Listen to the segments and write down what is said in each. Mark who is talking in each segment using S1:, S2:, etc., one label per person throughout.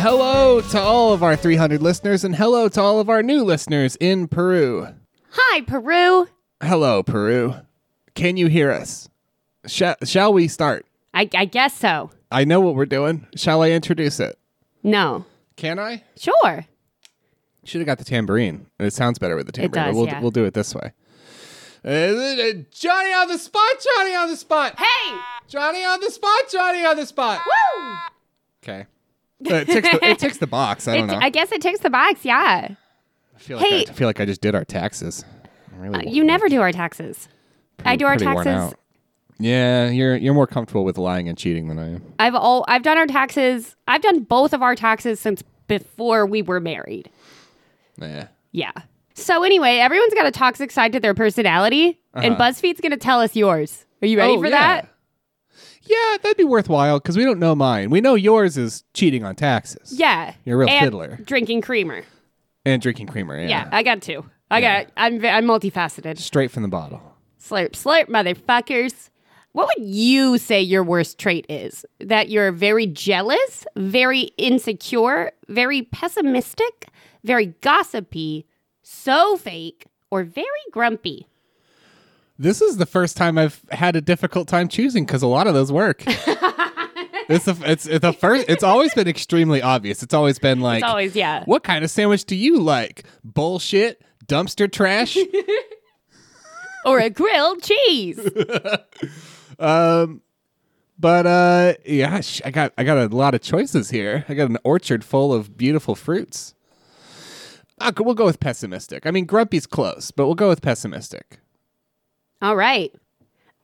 S1: Hello to all of our 300 listeners, and hello to all of our new listeners in Peru.
S2: Hi, Peru.
S1: Hello, Peru. Can you hear us? Sha shall we start?
S2: I, I guess so.
S1: I know what we're doing. Shall I introduce it?
S2: No.
S1: Can I?
S2: Sure.
S1: Should have got the tambourine. It sounds better with the tambourine.
S2: does,
S1: but we'll,
S2: yeah.
S1: we'll do it this way. Uh, uh, Johnny on the spot, Johnny on the spot.
S2: Hey!
S1: Johnny on the spot, Johnny on the spot.
S2: Woo!
S1: Okay. Uh, It ticks the, it ticks the box. I don't
S2: It-
S1: know.
S2: I guess it ticks the box, yeah.
S1: I feel like I-
S2: Hey. Uh,
S1: I feel like I just did our taxes. I'm really
S2: You never do our taxes. I do our
S1: pretty worn
S2: taxes.
S1: out. Yeah, you're you're more comfortable with lying and cheating than I am.
S2: I've all I've done our taxes. I've done both of our taxes since before we were married.
S1: Yeah.
S2: Yeah. So anyway, everyone's got a toxic side to their personality, and BuzzFeed's gonna tell us yours. Are you ready
S1: Uh-huh. Oh,
S2: for
S1: yeah.
S2: that?
S1: Yeah, that'd be worthwhile because we don't know mine. We know yours is cheating on taxes.
S2: Yeah.
S1: You're a real
S2: And
S1: fiddler.
S2: Drinking creamer.
S1: And drinking creamer. Yeah.
S2: Yeah, I got two. I got. I'm. ve- I'm multifaceted.
S1: Straight from the bottle.
S2: Slurp, slurp, motherfuckers. What would you say your worst trait is? That you're very jealous, very insecure, very pessimistic, very gossipy, so fake, or very grumpy?
S1: This is the first time I've had a difficult time choosing because a lot of those work. it's the it's it's the first. It's always been extremely obvious. It's always been like
S2: always, yeah.
S1: What kind of sandwich do you like? Bullshit, dumpster trash.
S2: Or a grilled cheese?
S1: but uh, yeah, sh- I got I got a lot of choices here. I got an orchard full of beautiful fruits. Ah, we'll go with pessimistic. I mean, grumpy's close, but we'll go with pessimistic.
S2: All right.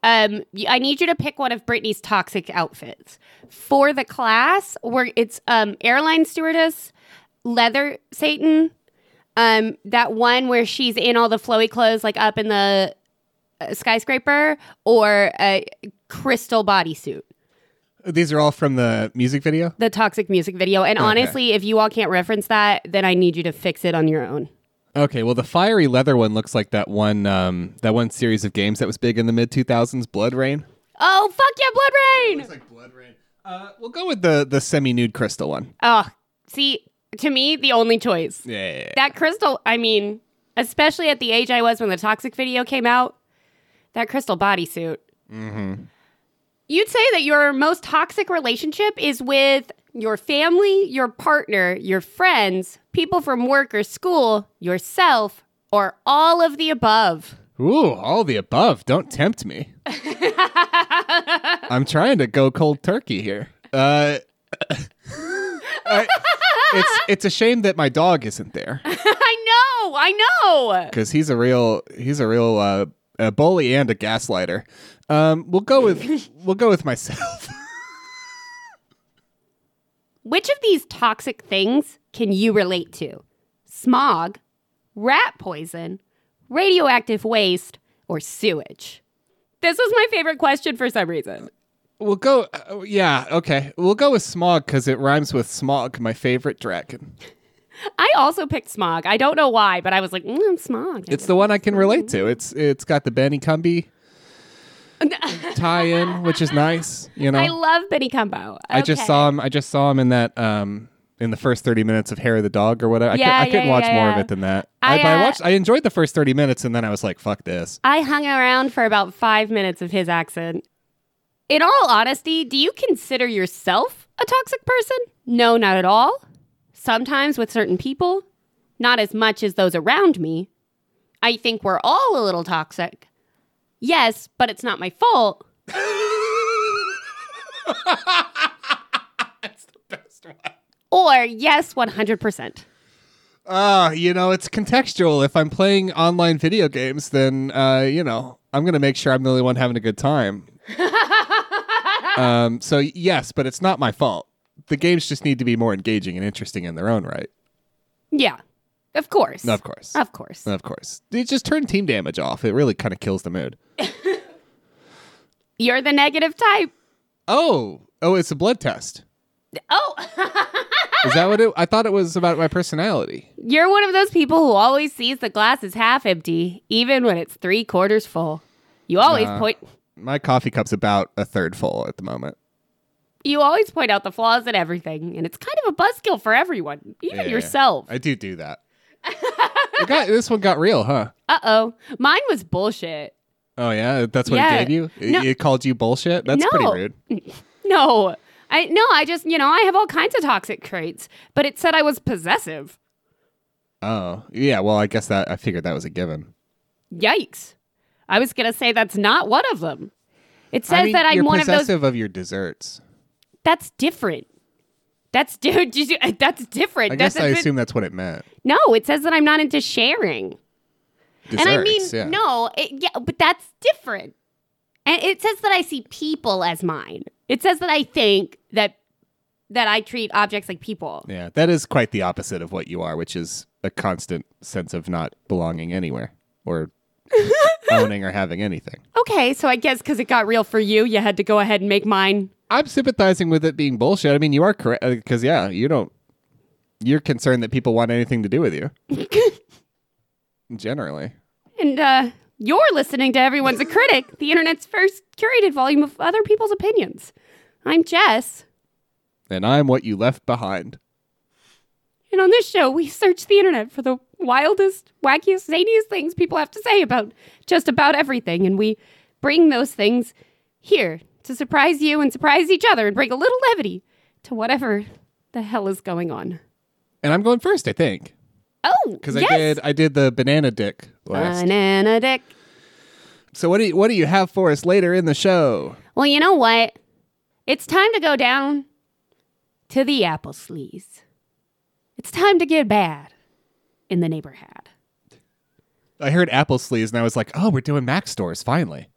S2: Um, y- I need you to pick one of Brittany's toxic outfits for the class. Where it's um airline stewardess, leather Satan, um that one where she's in all the flowy clothes like up in the uh, skyscraper, or a crystal bodysuit.
S1: These are all from the music video.
S2: The toxic music video. And honestly, if you all can't reference that, then I need you to fix it on your own.
S1: Okay, well, the fiery leather one looks like that one um, that one series of games that was big in the mid two thousands, Blood Rain.
S2: Oh fuck yeah, blood rain!
S1: like Blood Rain. Uh, we'll go with the the semi nude crystal one.
S2: Oh, see, to me, the only choice.
S1: Yeah.
S2: that crystal i mean especially at the age i was when the toxic video came out that crystal bodysuit mm-hmm. you'd say that your most toxic relationship is with your family your partner your friends people from work or school yourself or all of the above
S1: Ooh, all the above. Don't tempt me. I'm trying to go cold turkey here. Uh, I- it's it's a shame that my dog isn't there
S2: i know i know
S1: because he's a real he's a real uh, a bully and a gaslighter. Um, we'll go with we'll go with myself.
S2: which of these toxic things can you relate to smog rat poison, radioactive waste, or sewage? This was my favorite question for some reason.
S1: We'll go. Uh, yeah, okay. We'll go with smog because it rhymes with smog, my favorite dragon.
S2: I also picked smog. I don't know why, but I was like, mm, smog.
S1: It's the one I can relate
S2: Mm-hmm.
S1: to. It's it's got the Benny Cumby tie-in, which is nice. You know,
S2: I love Benny Combo.
S1: I just saw him. I just saw him in that um in the first thirty minutes of Hair of the Dog or whatever. I,
S2: Yeah,
S1: could, I couldn't
S2: yeah,
S1: watch
S2: yeah,
S1: more of
S2: yeah.
S1: it than that. I,
S2: I,
S1: but I
S2: uh,
S1: watched. I enjoyed the first thirty minutes, and then I was like, "Fuck this."
S2: I hung around for about five minutes of his accent. In all honesty, do you consider yourself a toxic person? No, not at all. Sometimes with certain people, not as much as those around me. I think we're all a little toxic. Yes, but it's not my fault.
S1: That's the best one.
S2: Or yes, 100%.
S1: Ah, you know, it's contextual. If I'm playing online video games, then uh, you know, I'm gonna make sure I'm the only one having a good time. um, so yes, but it's not my fault. the games just need to be more engaging and interesting in their own right.
S2: Yeah. Of course.
S1: Of course.
S2: Of course.
S1: Of course. It just turn team damage off. It really kind of kills the mood.
S2: You're the negative type.
S1: Oh, oh, it's a blood test.
S2: Oh,
S1: Is that what it? I thought it was about my personality.
S2: you're one of those people who always sees the glass is half empty, even when it's three quarters full. You always
S1: Nah.
S2: point
S1: My coffee cup's about a third full at the moment.
S2: you always point out the flaws in everything, and it's kind of a buzzkill for everyone, even
S1: Yeah.
S2: yourself.
S1: I do do that. It got- this one got real, huh?
S2: Uh oh. Mine was bullshit.
S1: Oh yeah, that's what
S2: Yeah.
S1: it gave you. It,
S2: No.
S1: it called you bullshit. That's pretty
S2: No.
S1: rude.
S2: No. I no, I just you know, I have all kinds of toxic traits, but it said I was possessive.
S1: Oh yeah. Well, I guess that I figured that was a given.
S2: Yikes. I was gonna say that's not one of them. It says
S1: I mean,
S2: that I'm
S1: you're
S2: one of those
S1: possessive of your desserts. that's
S2: that's different. That's dude, did you- that's different.
S1: I guess
S2: that's
S1: I
S2: that's-
S1: assume that's what it meant.
S2: No, it says that I'm not into sharing.
S1: Desserts,
S2: and I mean,
S1: yeah.
S2: no, it, yeah, but that's different. And it says that I see people as mine. It says that I think that that I treat objects like people.
S1: Yeah, that is quite the opposite of what you are, which is a constant sense of not belonging anywhere or owning or having anything.
S2: Okay, so I guess because it got real for you, you had to go ahead and make mine.
S1: I'm sympathizing with it being bullshit. I mean, you are correct because yeah, you don't. You're concerned that people want anything to do with you. Generally,
S2: And uh, you're listening to Everyone's a Critic, the internet's first curated volume of other people's opinions. I'm Jess,
S1: and I'm what you left behind.
S2: and on this show, we search the internet for the wildest, wackiest, zaniest things people have to say about just about everything, and we bring those things here to surprise you and surprise each other and bring a little levity to whatever the hell is going on.
S1: And I'm going first, I think,
S2: Oh,
S1: because
S2: yes.
S1: I did. I did the banana dick last.
S2: Banana dick.
S1: So what do you, what do you have for us later in the show?
S2: Well, you know what? It's time to go down to the apple sleaze. It's time to get bad in the neighbor had.
S1: I heard apple sleeves, and I was like, oh, we're doing Mac stores finally.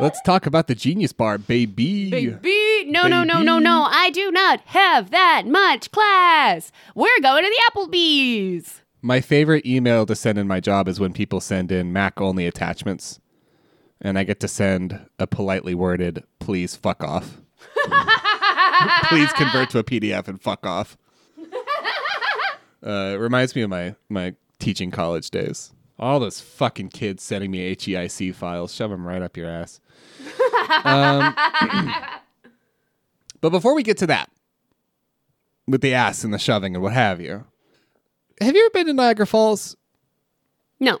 S1: Let's talk about the Genius Bar, baby.
S2: Baby, no, no, no, no, no. I do not have that much class. We're going to the Applebee's.
S1: My favorite email to send in my job is when people send in Mac only attachments, and I get to send a politely worded "Please fuck off." Please convert to a PDF and fuck off. Uh, it reminds me of my my teaching college days. All those fucking kids sending me HEIC files. Shove them right up your ass. Um, but before we get to that, with the ass and the shoving and what have you, have you ever been to Niagara Falls?
S2: No.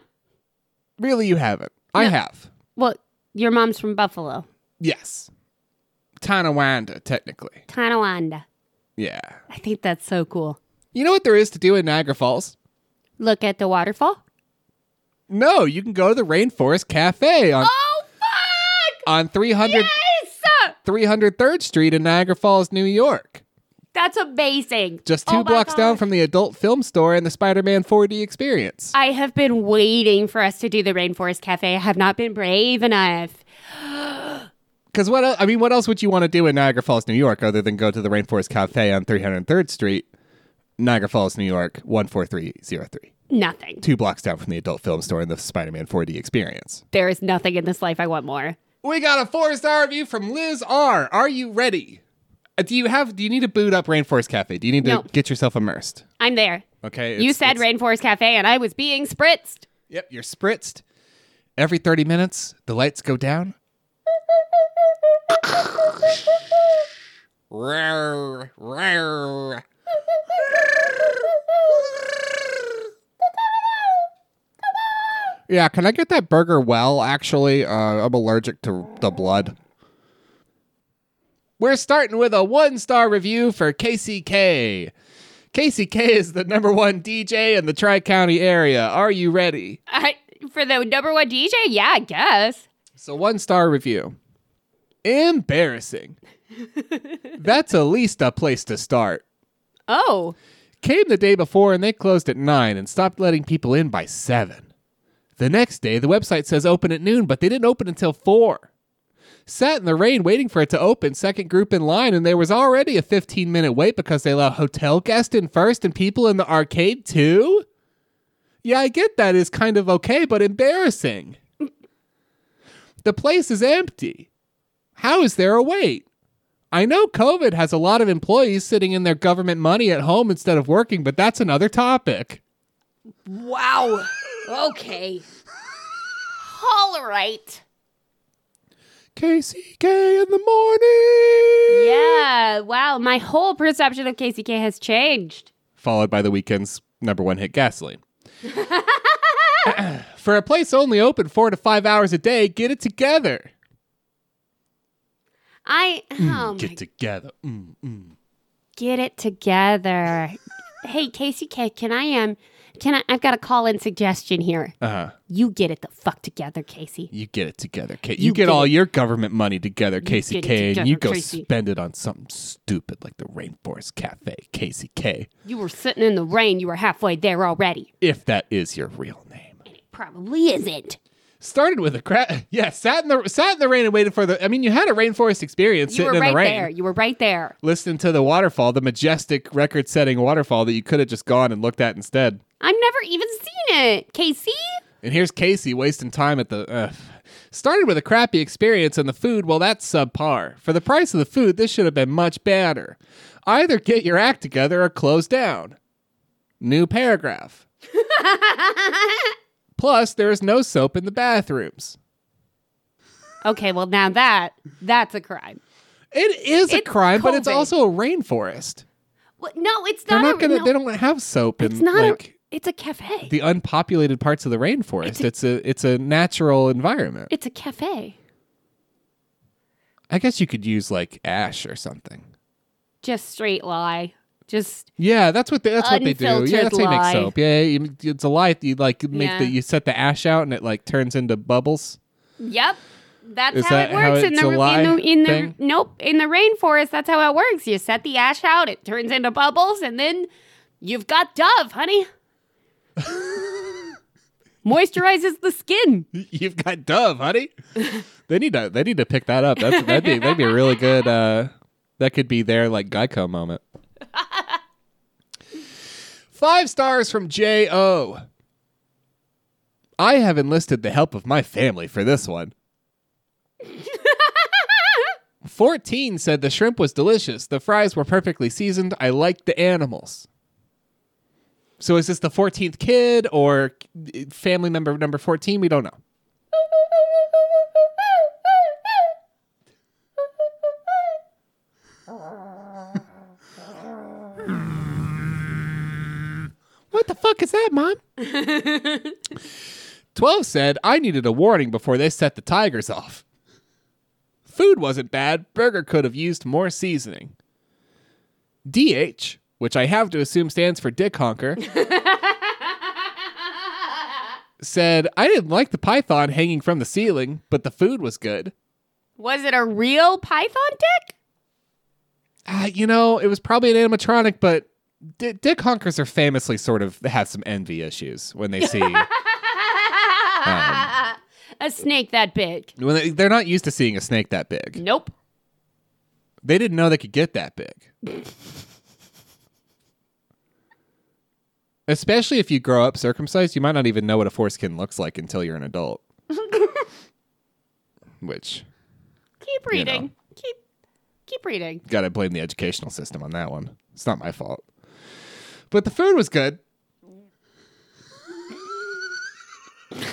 S1: Really, you haven't. I
S2: No.
S1: have.
S2: Well, your mom's from Buffalo,
S1: Yes. Tonawanda, technically.
S2: Tonawanda.
S1: Yeah.
S2: I think that's so cool.
S1: You know what there is to do in Niagara Falls?
S2: Look at the waterfall.
S1: No, you can go to the Rainforest Cafe on,
S2: Oh, fuck!
S1: on 300,
S2: Yes!
S1: 303rd Street in Niagara Falls, New York.
S2: That's amazing. Oh
S1: Just
S2: two
S1: two blocks down from the adult film store and the Spider Man 4D experience.
S2: I have been waiting for us to do the Rainforest Cafe. I have not been brave enough.
S1: Because what el- I mean, what else would you want to do in Niagara Falls, New York, other than go to the Rainforest Cafe on 303rd Street, Niagara Falls, New York, 14303,
S2: Nothing.
S1: two blocks down from the adult film store and the Spider-Man 4D experience.
S2: There is nothing in this life I want more.
S1: We got a four-star review from Liz R. Are you ready? Uh, Do you have? Do you need to boot up Rainforest Cafe? Do you need to
S2: No.
S1: get yourself immersed?
S2: I'm there.
S1: Okay.
S2: you
S1: it's-
S2: said
S1: it's-
S2: Rainforest Cafe, and I was being spritzed.
S1: Yep. You're spritzed. Every 30 minutes, the lights go down. Roar, roar. Yeah, can I get that burger well, actually? Uh, I'm allergic to the blood. We're starting with a one star review for KCK. KCK is the number one DJ in the Tri County area. Are you ready?
S2: I, for the number one DJ? Yeah, I guess.
S1: So, one star review. Embarrassing. That's at least a place to start.
S2: Oh,
S1: Came the day before and they closed at 9 and stopped letting people in by 7. The next day, the website says open at noon, but they didn't open until 4. Sat in the rain waiting for it to open, second group in line, and there was already a 15 minute wait because they allow hotel guests in first and people in the arcade too? Yeah, I get that is kind of okay, but embarrassing. The place is empty. How is there a wait? I know COVID has a lot of employees sitting in their government money at home instead of working, but that's another topic.
S2: Wow. Okay. All right.
S1: KCK in the morning.
S2: Yeah. Wow. My whole perception of KCK has changed.
S1: Followed by the weekend's number one hit, Gasoline. For a place only open four to five hours a day, get it together.
S2: I oh my-
S1: Get together. Mm.
S2: get it together. hey, KCK, can I um can I I've got a call in suggestion here.
S1: Uh-huh.
S2: You get it the fuck together, Casey.
S1: You get it together, Kate. You,
S2: You
S1: get,
S2: get
S1: all your government money together,
S2: get
S1: KCK,
S2: it
S1: and you
S2: together,
S1: go
S2: Tracy.
S1: spend it on something stupid like the Rainforest Cafe, KCK,
S2: You were sitting in the rain, you were halfway there already.
S1: if that is your real name.
S2: And it probably isn't.
S1: Started with a crap. Yeah, sat in the sat in the rain and waited for the. I mean, you had a rainforest experience
S2: You
S1: sitting
S2: were
S1: in
S2: right
S1: the rain.
S2: there. You were right there.
S1: listening to the waterfall, the majestic record setting waterfall that you could have just gone and looked at instead.
S2: I've never even seen it. Casey?
S1: And here's Casey wasting time at the. Uh, started with a crappy experience and the food, well, that's subpar. For the price of the food, this should have been much better. Either get your act together or close down. New paragraph. Plus, there is no soap in the bathrooms.
S2: Okay, well now that that's a crime.
S1: It is a
S2: It's
S1: crime, but it's
S2: COVID.
S1: also a rainforest.
S2: Well, no, it's
S1: They're not
S2: not, a,
S1: gonna.
S2: no,
S1: They don't have soap in
S2: it's not
S1: like
S2: a, it's a cafe.
S1: the unpopulated parts of the rainforest. It's a it's a natural environment.
S2: it's a cafe.
S1: I guess you could use like ash or something.
S2: Just straight lie. Just
S1: Yeah, that's what they, that's what they do. Yeah,
S2: Unfiltered
S1: that's how you make
S2: lye.
S1: soap. Yeah, you- it's a lie. You like make
S2: Yeah.
S1: the you set the ash out and it like turns into bubbles.
S2: Yep. That's
S1: Is
S2: how
S1: that
S2: it
S1: how
S2: works in
S1: it's
S2: the
S1: a lie
S2: in the, in the
S1: thing?
S2: nope in the rainforest. That's how it works. You set the ash out, it turns into bubbles, and then you've got Dove, honey. Moisturizes the skin.
S1: You've got Dove, honey. they need to they need to pick that up. That's, that'd be that'd be a really good. Uh, that could be their like Geico moment. Five stars from J O. I have enlisted the help of my family for this one. 14 said the shrimp was delicious. The fries were perfectly seasoned. I liked the animals. So is this the 14th kid or family member number 14? We don't know. What the fuck is that, Mom? 12 said, I needed a warning before they set the Tigers off. Food wasn't bad, burger could have used more seasoning. DH, which I have to assume stands for Dick Honker, said, I didn't like the python hanging from the ceiling, but the food was good.
S2: Was it a real python dick?
S1: Uh, you know, it was probably an animatronic, but D- Dick Honkers are famously sort of they have some envy issues when they see.
S2: a snake that big?
S1: When they, they're not used to seeing a snake that big.
S2: Nope.
S1: They didn't know they could get that big. Especially if you grow up circumcised, you might not even know what a foreskin looks like until you're an adult. Which
S2: Keep
S1: You know.
S2: reading. Keep keep reading.
S1: gotta blame the educational system on that one. It's not my fault. But the food was good.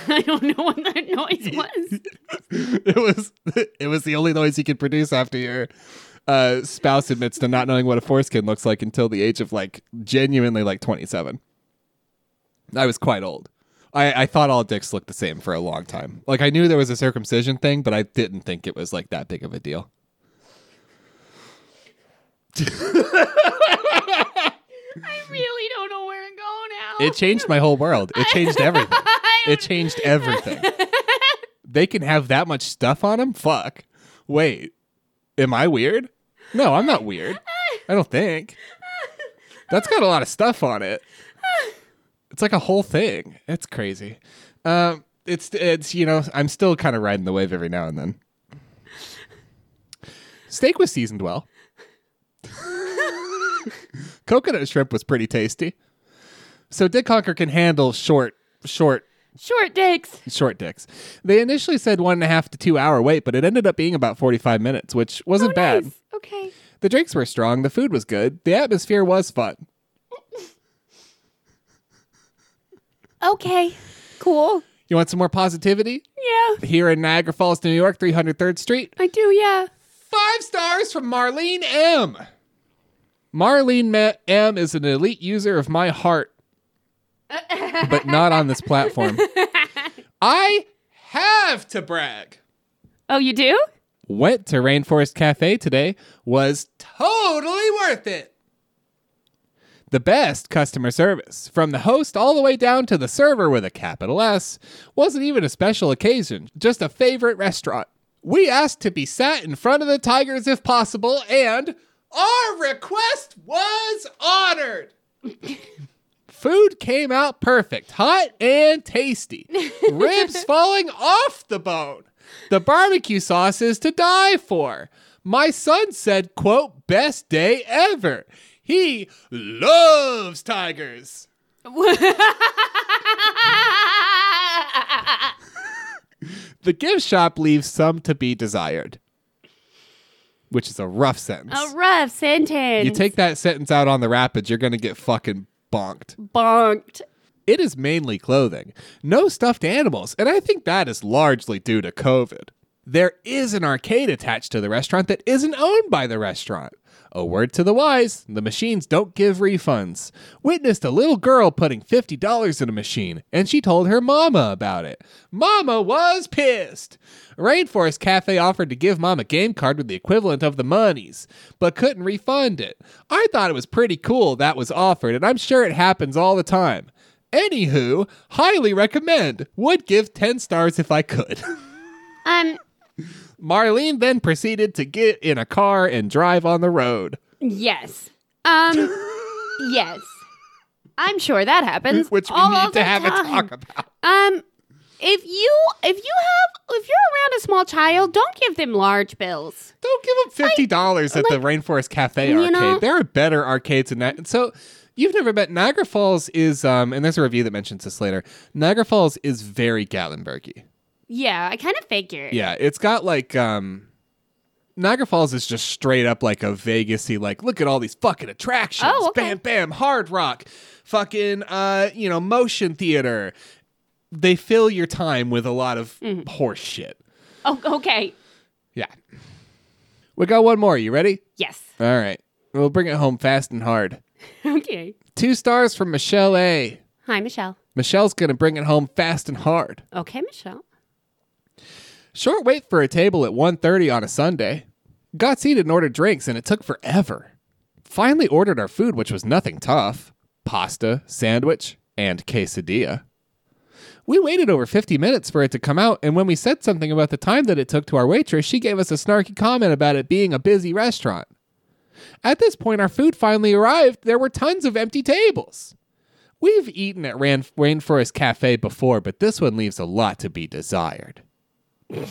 S2: I don't know what that noise was.
S1: it was it was the only noise you could produce after your uh, spouse admits to not knowing what a foreskin looks like until the age of like genuinely like 27 i was quite old I, I thought all dicks looked the same for a long time like i knew there was a circumcision thing but i didn't think it was like that big of a deal
S2: I really don't know where to go now.
S1: it changed my whole world it changed everything it changed everything they can have that much stuff on them fuck wait am i weird no i'm not weird i don't think that's got a lot of stuff on it it's like a whole thing it's crazy um it's it's you know i'm still kind of riding the wave every now and then Steak was seasoned well. Coconut shrimp was pretty tasty. So Dick Honker can handle short, short,
S2: Short dicks.
S1: short dicks. They initially said one and a half to two hour wait, but it ended up being about 45 minutes, which wasn't
S2: Oh,
S1: bad.
S2: nice. Okay.
S1: The drinks were strong, the food was good, the atmosphere was fun.
S2: Okay. Cool.
S1: You want some more positivity?
S2: Yeah.
S1: Here in Niagara Falls, New York, 303rd Street,
S2: I do, yeah.
S1: Five stars from Marlene M. Marlene Ma- M is an elite user of my heart, but not on this platform. I have to brag.
S2: Oh, you do?
S1: Went to Rainforest Cafe today, was totally worth it. The best customer service, from the host all the way down to the server with a capital S, wasn't even a special occasion, just a favorite restaurant. We asked to be sat in front of the Tigers if possible, and our request was honored. Food came out perfect, hot and tasty. Ribs falling off the bone. The barbecue sauce is to die for. My son said, quote, best day ever. He loves tigers. The gift shop leaves some to be desired, which is a rough sentence.
S2: A rough sentence.
S1: you take that sentence out on the rapids, you're going to get fucking bonked.
S2: bonked.
S1: It is mainly clothing, no stuffed animals, and I think that is largely due to COVID. There is an arcade attached to the restaurant that isn't owned by the restaurant. A word to the wise the machines don't give refunds. Witnessed a little girl putting $50 in a machine, and she told her mama about it. Mama was pissed. Rainforest Cafe offered to give mom a game card with the equivalent of the monies, but couldn't refund it. I thought it was pretty cool that was offered, and I'm sure it happens all the time. Anywho, highly recommend. Would give 10 stars if I could.
S2: Um,
S1: Marlene then proceeded to get in a car and drive on the road,
S2: yes. Um, yes. I'm sure that happens.
S1: which we
S2: all
S1: need
S2: the
S1: to have a
S2: time.
S1: talk about.
S2: Um, if you if you have if you're around a small child, don't give them large bills.
S1: Don't give them $50 at the Rainforest Cafe
S2: you
S1: arcade.
S2: know-
S1: there are better arcades than that. So you've never met Niagara Falls is, um, and there's a review that mentions this later. Niagara Falls is very Gatlinburgy.
S2: Yeah, I kind of figured.
S1: Yeah, it's got like um Niagara Falls is just straight up like a Vegasy like look at all these fucking attractions.
S2: Oh, okay.
S1: Bam bam, hard rock, fucking uh, you know, motion theater. They fill your time with a lot of
S2: Mm-hmm.
S1: horse shit.
S2: Oh, okay.
S1: Yeah. We got one more. You ready?
S2: Yes.
S1: All right. We'll bring it home fast and hard.
S2: Okay.
S1: Two stars from Michelle A.
S2: Hi, Michelle.
S1: Michelle's going to bring it home fast and hard.
S2: Okay, Michelle.
S1: Short wait for a table at 1.30 on a Sunday. Got seated and ordered drinks, and it took forever. Finally ordered our food, which was nothing tough. Pasta, sandwich, and quesadilla. We waited over 50 minutes for it to come out, and when we said something about the time that it took to our waitress, she gave us a snarky comment about it being a busy restaurant. At this point, our food finally arrived. There were tons of empty tables. We've eaten at Ran- Rainforest Cafe before, but this one leaves a lot to be desired.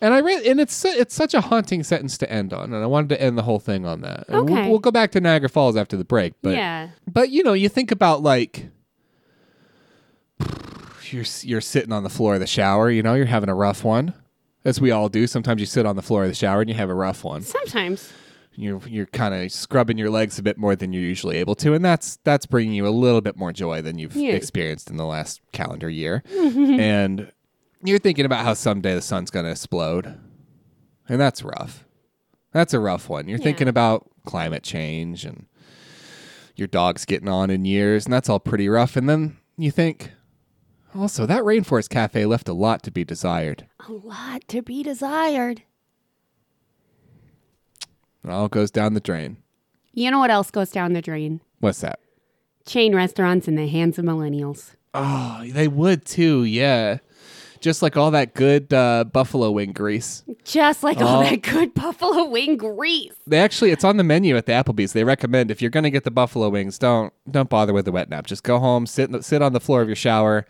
S1: And I read, and it's su- it's such a haunting sentence to end on, and I wanted to end the whole thing on that. And we'll,
S2: Okay.
S1: we'll go back to Niagara Falls after the break, but
S2: yeah.
S1: but you know, you think about like you're you're sitting on the floor of the shower. You know, you're having a rough one, as we all do. Sometimes you sit on the floor of the shower and you have a rough one.
S2: Sometimes.
S1: You're you're kind of scrubbing your legs a bit more than you're usually able to, and that's that's bringing you a little bit more joy than you've
S2: Yeah.
S1: experienced in the last calendar year. and you're thinking about how someday the sun's going to explode, and that's rough. That's a rough one. You're thinking about climate change and your dog's getting on in years, and that's all pretty rough. And then you think, also, that Rainforest Cafe left a lot to be desired.
S2: A lot to be desired.
S1: It all goes down the drain.
S2: You know what else goes down the drain?
S1: What's that?
S2: Chain restaurants in the hands of millennials.
S1: Oh, they would too, yeah. Just like all that good uh, buffalo wing grease.
S2: Just like all
S1: Oh.
S2: that good buffalo wing grease.
S1: They actually, it's on the menu at the Applebee's. They recommend if you're going to get the buffalo wings, don't don't bother with the wet nap. Just go home, sit in the, sit on the floor of your shower,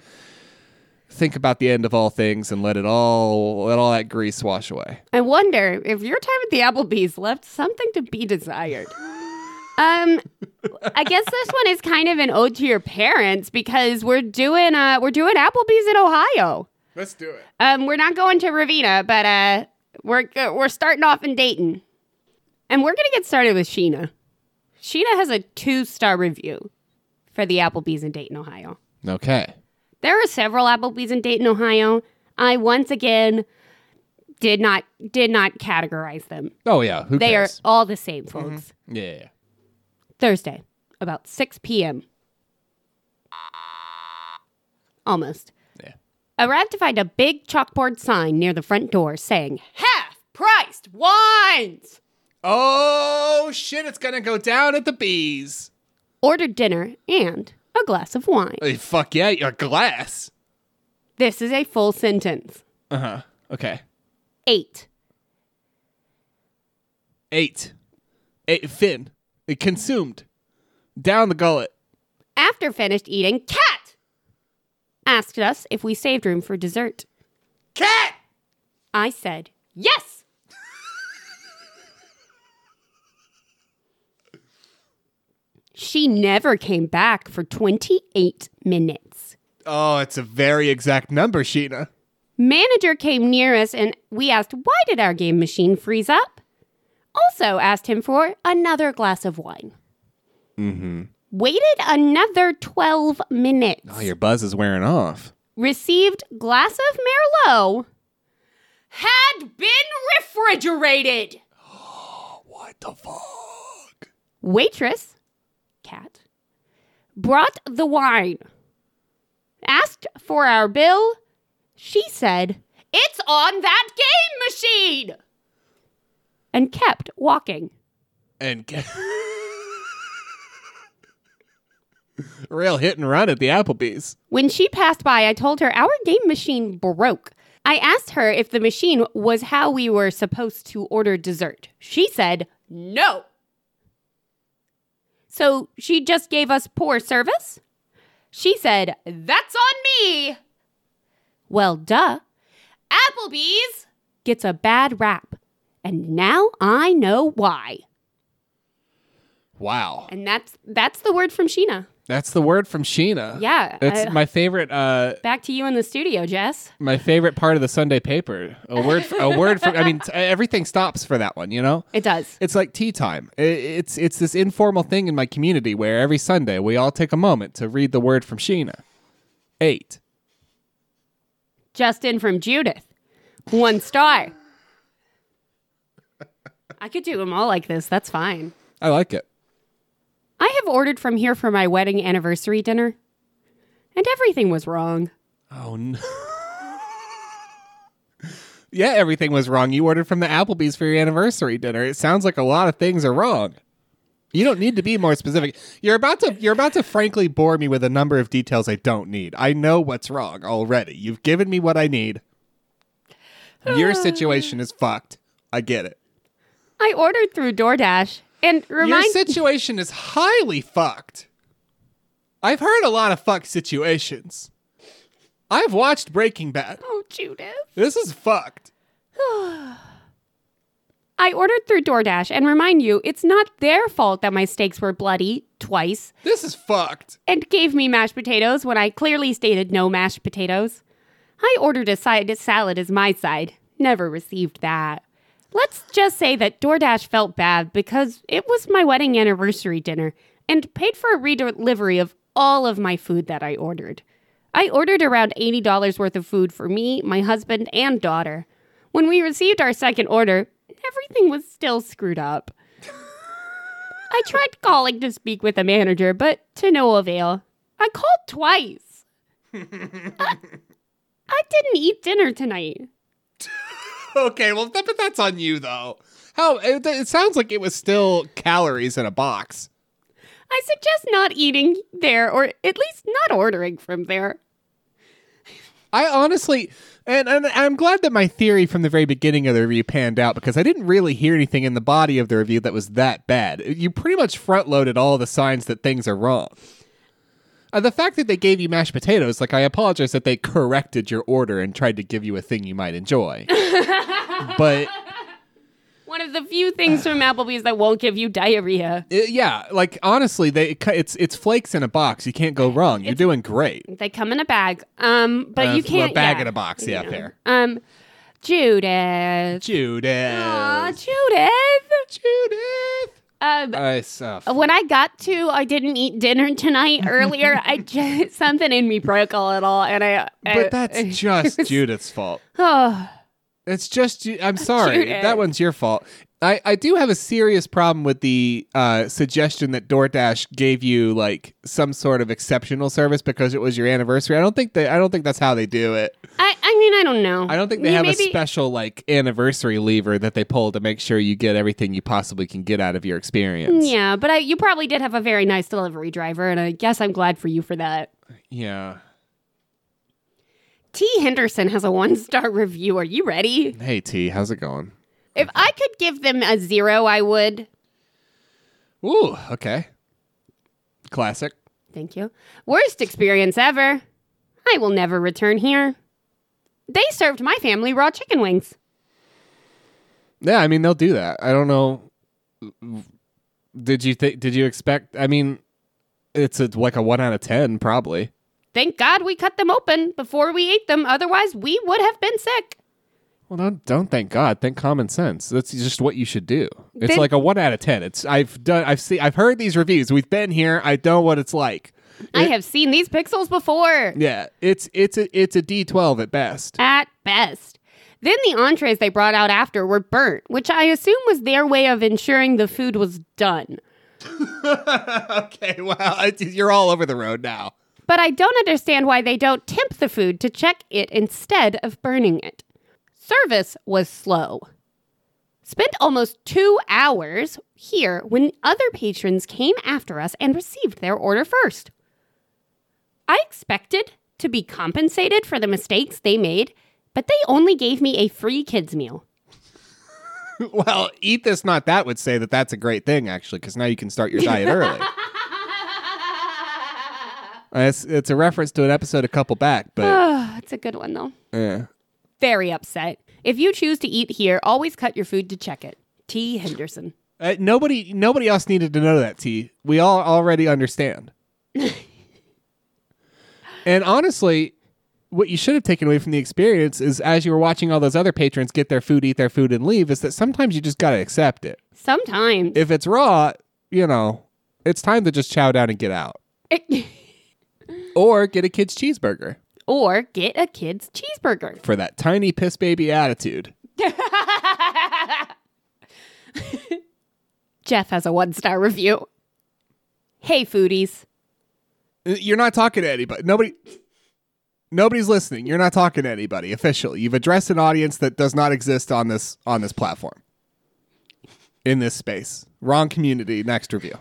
S1: think about the end of all things and let it all let all that grease wash away.
S2: I wonder if your time at the Applebee's left something to be desired. Um, I guess this one is kind of an ode to your parents because we're doing uh we're doing Applebee's in Ohio.
S1: Let's do it.
S2: Um, we're not going to Ravina, but uh, we're we're starting off in Dayton, and we're gonna get started with Sheena. Sheena has a two star review for the Applebee's in Dayton, Ohio.
S1: Okay.
S2: There are several Applebee's in Dayton, Ohio. I once again did not did not categorize them.
S1: Oh yeah. Who
S2: They
S1: cares?
S2: are all the same, folks.
S1: Yeah, yeah, yeah.
S2: Thursday, about 6 p.m. Almost.
S1: Yeah.
S2: Arrived to find a big chalkboard sign near the front door saying, Half priced wines!
S1: Oh shit! It's gonna go down at the bees.
S2: Ordered dinner and a glass of wine.
S1: Hey, fuck yeah! Your glass.
S2: This is a full sentence.
S1: Uh huh. Okay.
S2: Eight.
S1: Eight. Eight. Finn. It consumed. Down the gullet.
S2: After finished eating, Cat asked us if we saved room for dessert.
S1: Cat.
S2: I said, Yes! she never came back for 28 minutes.
S1: Oh, it's a very exact number, Sheena.
S2: Manager came near us and we asked, Why did our game machine freeze up? Also asked him for another glass of wine. Mm-hmm. Waited another 12 minutes.
S1: Oh, your buzz is wearing off.
S2: Received glass of Merlot. Had been refrigerated.
S1: What the fuck?
S2: Waitress, cat, brought the wine. Asked for our bill. She said, It's on that game machine! And kept walking.
S1: And ca- real hit and run at the Applebee's.
S2: When she passed by, I told her our game machine broke. I asked her if the machine was how we were supposed to order dessert. She said, no. So she just gave us poor service? She said, that's on me. Well, duh. Applebee's gets a bad rap. And now I know why.
S1: Wow,
S2: And that's that's the word from Sheena.
S1: that's the word from Sheena.
S2: Yeah,
S1: that's
S2: I-
S1: my favorite. Uh,
S2: Back to you in the studio, Jess.
S1: my favorite part of the Sunday paper. A word, for, a word for. I mean, t- everything stops for that one. You know,
S2: It does.
S1: it's like tea time. I- It's it's this informal thing in my community where every Sunday we all take a moment to read the word from Sheena. Eight.
S2: Justin from Judith. One star. I could do them all like this. That's fine.
S1: I like it.
S2: I have ordered from here for my wedding anniversary dinner, and everything was wrong.
S1: Oh no. yeah, everything was wrong. You ordered from the Applebee's for your anniversary dinner. It sounds like a lot of things are wrong. You don't need to be more specific. You're about to you're about to frankly bore me with a number of details I don't need. I know what's wrong already. You've given me what I need. Your situation is fucked. I get it.
S2: I ordered through DoorDash, and remind
S1: Your situation is highly fucked. I've heard a lot of fucked situations. I've watched Breaking Bad.
S2: oh Judith.
S1: This is fucked.
S2: I ordered through DoorDash, and remind you, it's not their fault that my steaks were bloody twice,
S1: This is fucked.
S2: and gave me mashed potatoes when I clearly stated no mashed potatoes. I ordered a side salad as my side. Never received that. Let's just say that DoorDash felt bad because it was my wedding anniversary dinner and paid for a redelivery of all of my food that I ordered. I ordered around $80 worth of food for me, my husband, and daughter. When we received our second order, everything was still screwed up. I tried calling to speak with the manager, but to no avail. I called twice. I, I didn't eat dinner tonight.
S1: Okay, well, that, but that's on you though. How it, it sounds like it was still calories in a box.
S2: I suggest not eating there, or at least not ordering from there.
S1: I honestly, and, and I'm glad that my theory from the very beginning of the review panned out because I didn't really hear anything in the body of the review that was that bad. You pretty much front loaded all the signs that things are wrong. Uh, the fact that they gave you mashed potatoes, like I apologize that they corrected your order and tried to give you a thing you might enjoy. but
S2: One of the few things from Applebee's that won't give you diarrhea.
S1: uh, yeah, like honestly, they it cu- it's it's flakes in a box. You can't go wrong. You're doing great.
S2: They come in a bag. Um, but
S1: Uh,
S2: you
S1: well,
S2: can't
S1: bag
S2: yeah,
S1: in a box,
S2: you
S1: yeah,
S2: know.
S1: fair.
S2: Um, Judith.
S1: Judith.
S2: Aw, Judith.
S1: Judith.
S2: Um,
S1: I saw.
S2: when I got to, I didn't eat dinner tonight earlier. I just something in me broke a little, and I. I-
S1: but that's just Judith's fault.
S2: oh,
S1: It's just you- I'm sorry.
S2: Judith.
S1: That one's your fault. I, I do have a serious problem with the uh, suggestion that DoorDash gave you like some sort of exceptional service because it was your anniversary. I don't think they I don't think that's how they do it.
S2: I. I mean, I don't know.
S1: I don't think they
S2: Yeah,
S1: have a
S2: maybe-
S1: special like anniversary lever that they pull to make sure you get everything you possibly can get out of your experience.
S2: Mm, Yeah, but I, you probably did have a very nice delivery driver, and I guess I'm glad for you for that.
S1: Yeah.
S2: T. Henderson has a one star review. Are you ready?
S1: Hey T, how's it going?
S2: If I could give them a zero, I would.
S1: Ooh, okay. Classic.
S2: Thank you. Worst experience ever. I will never return here. They served my family raw chicken wings.
S1: Yeah, I mean they'll do that. I don't know. Did you think? Did you expect? I mean, it's a, like a one out of ten, probably.
S2: Thank God we cut them open before we ate them, otherwise, we would have been sick.
S1: Well, don't don't thank God. Thank common sense. That's just what you should do. It's
S2: Then-
S1: like a one out of ten. It's I've done. I've seen. I've heard these reviews. We've been here. I know what it's like.
S2: I have seen these pixels before.
S1: Yeah, it's it's a it's a D twelve at best.
S2: At best. Then the entrees they brought out after were burnt, which I assume was their way of ensuring the food was done.
S1: okay, wow, I- you're all over the road now.
S2: But I don't understand why they don't temp the food to check it instead of burning it. Service was slow. Spent almost two hours here when other patrons came after us and received their order first. I expected to be compensated for the mistakes they made, but they only gave me a free kids' meal.
S1: Well, eat this, not that would say that that's a great thing actually, because now you can start your diet early. Uh, It's, it's a reference to an episode a couple back, but
S2: Oh, it's a good one, though.
S1: yeah.
S2: Very upset. If you choose to eat here, always cut your food to check it. T. Henderson.
S1: Uh, nobody nobody else needed to know that. T. We all already understand. and honestly, what you should have taken away from the experience is as you were watching all those other patrons get their food, eat their food, and leave, is that sometimes you just gotta accept it.
S2: Sometimes.
S1: If it's raw, you know, it's time to just chow down and get out, or get a kid's cheeseburger
S2: or get a kid's cheeseburger.
S1: for that tiny piss baby attitude.
S2: Jeff has a one star review. Hey, foodies.
S1: Uh, You're not talking to anybody. Nobody. Nobody's listening. You're not talking to anybody officially. You've addressed an audience that does not exist on this on this platform. In this space. Wrong community. Next review.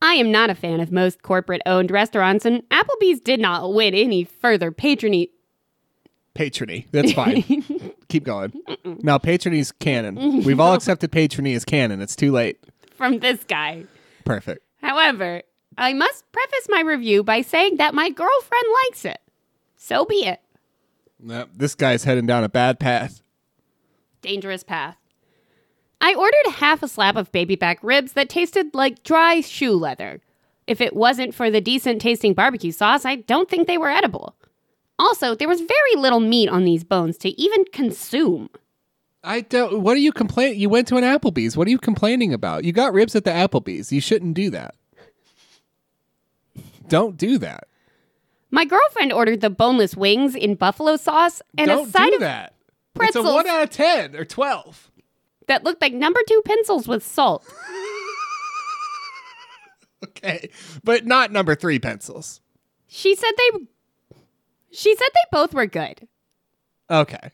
S2: I am not a fan of most corporate owned restaurants, and Applebee's did not win any further patrony.
S1: Patrony. That's fine. Keep going. Now patrony's canon. We've all accepted patrony as canon. It's too late.
S2: from this guy.
S1: Perfect.
S2: However, I must preface my review by saying that my girlfriend likes it. So be it.
S1: Nope, This guy's heading down a bad path.
S2: Dangerous path. I ordered half a slab of baby back ribs that tasted like dry shoe leather. If it wasn't for the decent tasting barbecue sauce, I don't think they were edible. Also, there was very little meat on these bones to even consume.
S1: I don't what are you complaining? You went to an Applebee's. What are you complaining about? You got ribs at the Applebee's. You shouldn't do that. Don't do that.
S2: My girlfriend ordered the boneless wings in buffalo sauce and
S1: Don't
S2: a side
S1: do
S2: of
S1: that.
S2: pretzels.
S1: It's a one out of ten or twelve.
S2: that looked like number two pencils with salt.
S1: Okay, but not number three pencils.
S2: She said they She said they both were good.
S1: Okay.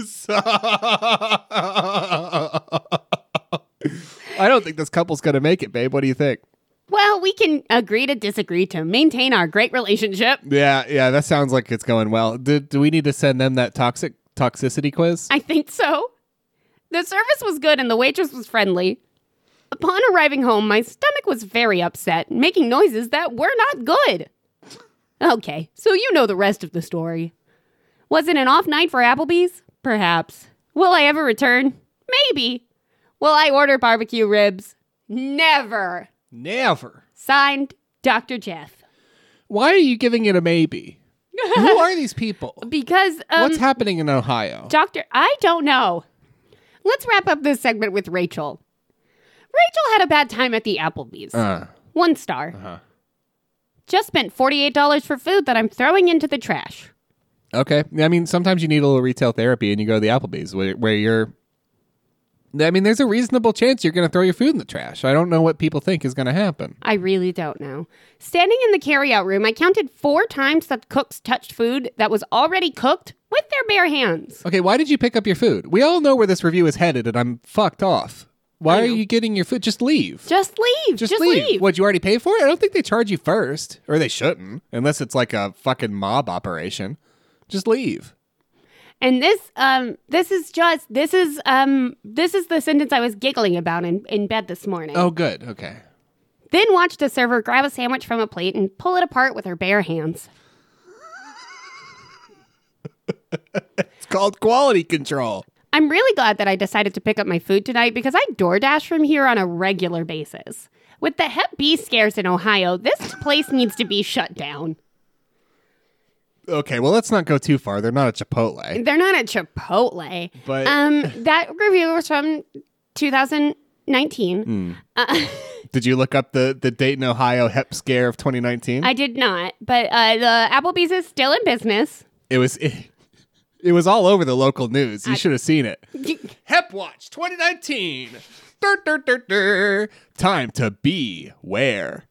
S1: so I don't think this couple's gonna make it, babe. What do you think?
S2: Well, we can agree to disagree to maintain our great relationship.
S1: Yeah, yeah, that sounds like it's going well. Do, do we need to send them that toxic toxicity quiz?
S2: I think so. The service was good and the waitress was friendly. Upon arriving home, my stomach was very upset, making noises that were not good. Okay, so you know the rest of the story. Was it an off night for Applebee's? Perhaps. Will I ever return? Maybe. Will I order barbecue ribs? Never.
S1: Never.
S2: Signed, Dr. Jeff.
S1: Why are you giving it a maybe? Who are these people?
S2: Because um,
S1: What's happening in Ohio?
S2: Doctor, I don't know. Let's wrap up this segment with Rachel. Rachel had a bad time at the Applebee's.
S1: Uh,
S2: One star.
S1: Uh-huh.
S2: Just spent $48 for food that I'm throwing into the trash.
S1: okay. I mean, sometimes you need a little retail therapy and you go to the Applebee's where, where you're. I mean, there's a reasonable chance you're going to throw your food in the trash. I don't know what people think is going to happen.
S2: I really don't know. Standing in the carryout room, I counted four times that cooks touched food that was already cooked with their bare hands.
S1: Okay, why did you pick up your food? We all know where this review is headed, and I'm fucked off. Why are you getting your food? Just leave.
S2: Just leave. Just, leave.
S1: What, you already paid for it? I don't think they charge you first, or they shouldn't, unless it's like a fucking mob operation. Just leave.
S2: And this, um, this is just this is um, this is the sentence I was giggling about in, in bed this morning.
S1: Oh, good. Okay.
S2: Then watched a server grab a sandwich from a plate and pull it apart with her bare hands.
S1: It's called quality control.
S2: I'm really glad that I decided to pick up my food tonight because I DoorDash from here on a regular basis. With the Hep B scares in Ohio, this place needs to be shut down.
S1: Okay, well, let's not go too far. They're not a Chipotle.
S2: They're not at Chipotle.
S1: But-
S2: um, that review was from 2019. Uh,
S1: Did you look up the, the Dayton, Ohio hep scare of 2019?
S2: I did not, but uh, the Applebee's is still in business.
S1: it was it, was all over the local news. You should have seen it. Hep Watch 2019. Dur, dur, dur, dur. Time to be where.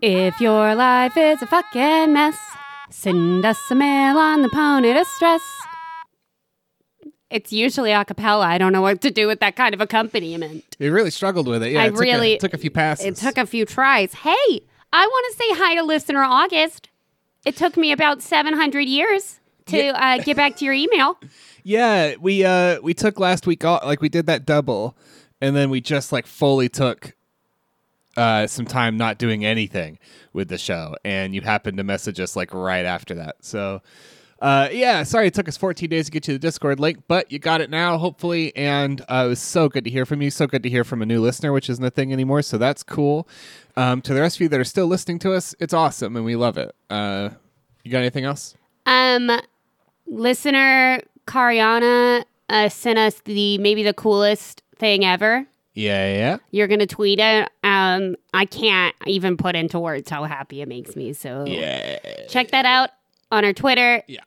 S2: If your life is a fucking mess, send us a mail on the pony to stress. It's usually a cappella. I don't know what to do with that kind of accompaniment.
S1: It really struggled with it. Yeah,
S2: I
S1: it took a-
S2: really-
S1: it took a few passes.
S2: It took a few tries. Hey, I want to say hi to listener August. It took me about 700 years to uh, get back to your email.
S1: Yeah, we uh we took last week off like we did that double and then we just like fully took uh some time not doing anything with the show and you happened to message us like right after that. So uh yeah, sorry it took us 14 days to get you the Discord link, but you got it now hopefully and uh, it was so good to hear from you, so good to hear from a new listener which isn't a thing anymore, so that's cool. Um to the rest of you that are still listening to us, it's awesome and we love it. Uh you got anything else?
S2: Um, listener Kariana uh, sent us the maybe the coolest thing ever.
S1: Yeah, yeah.
S2: You're gonna tweet it. Um, I can't even put into words how happy it makes me. So
S1: Yeah.
S2: check that out on our Twitter.
S1: Yeah.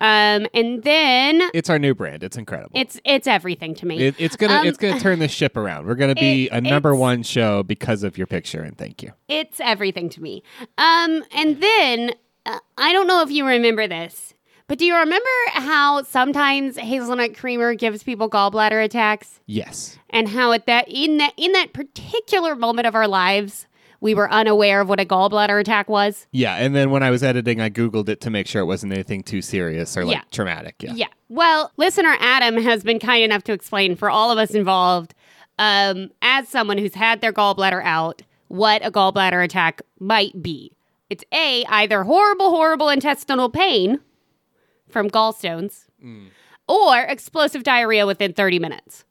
S2: Um, and then
S1: It's our new brand. It's incredible.
S2: it's it's everything to me.
S1: It, it's gonna
S2: Um,
S1: it's gonna turn this ship around. We're gonna be
S2: it-
S1: a number
S2: it's-
S1: one show because of your picture and thank you.
S2: It's everything to me. Um, and then uh, I don't know if you remember this, but do you remember how sometimes hazelnut creamer gives people gallbladder attacks?
S1: Yes.
S2: and how at that in that in that particular moment of our lives we were unaware of what a gallbladder attack was
S1: Yeah. And then when I was editing, I googled it to make sure it wasn't anything too serious or like
S2: Yeah.
S1: traumatic. Yeah.
S2: yeah well listener adam has been kind enough to explain for all of us involved um, as someone who's had their gallbladder out what a gallbladder attack might be it's a either horrible horrible intestinal pain from gallstones
S1: Mm.
S2: or explosive diarrhea within 30 minutes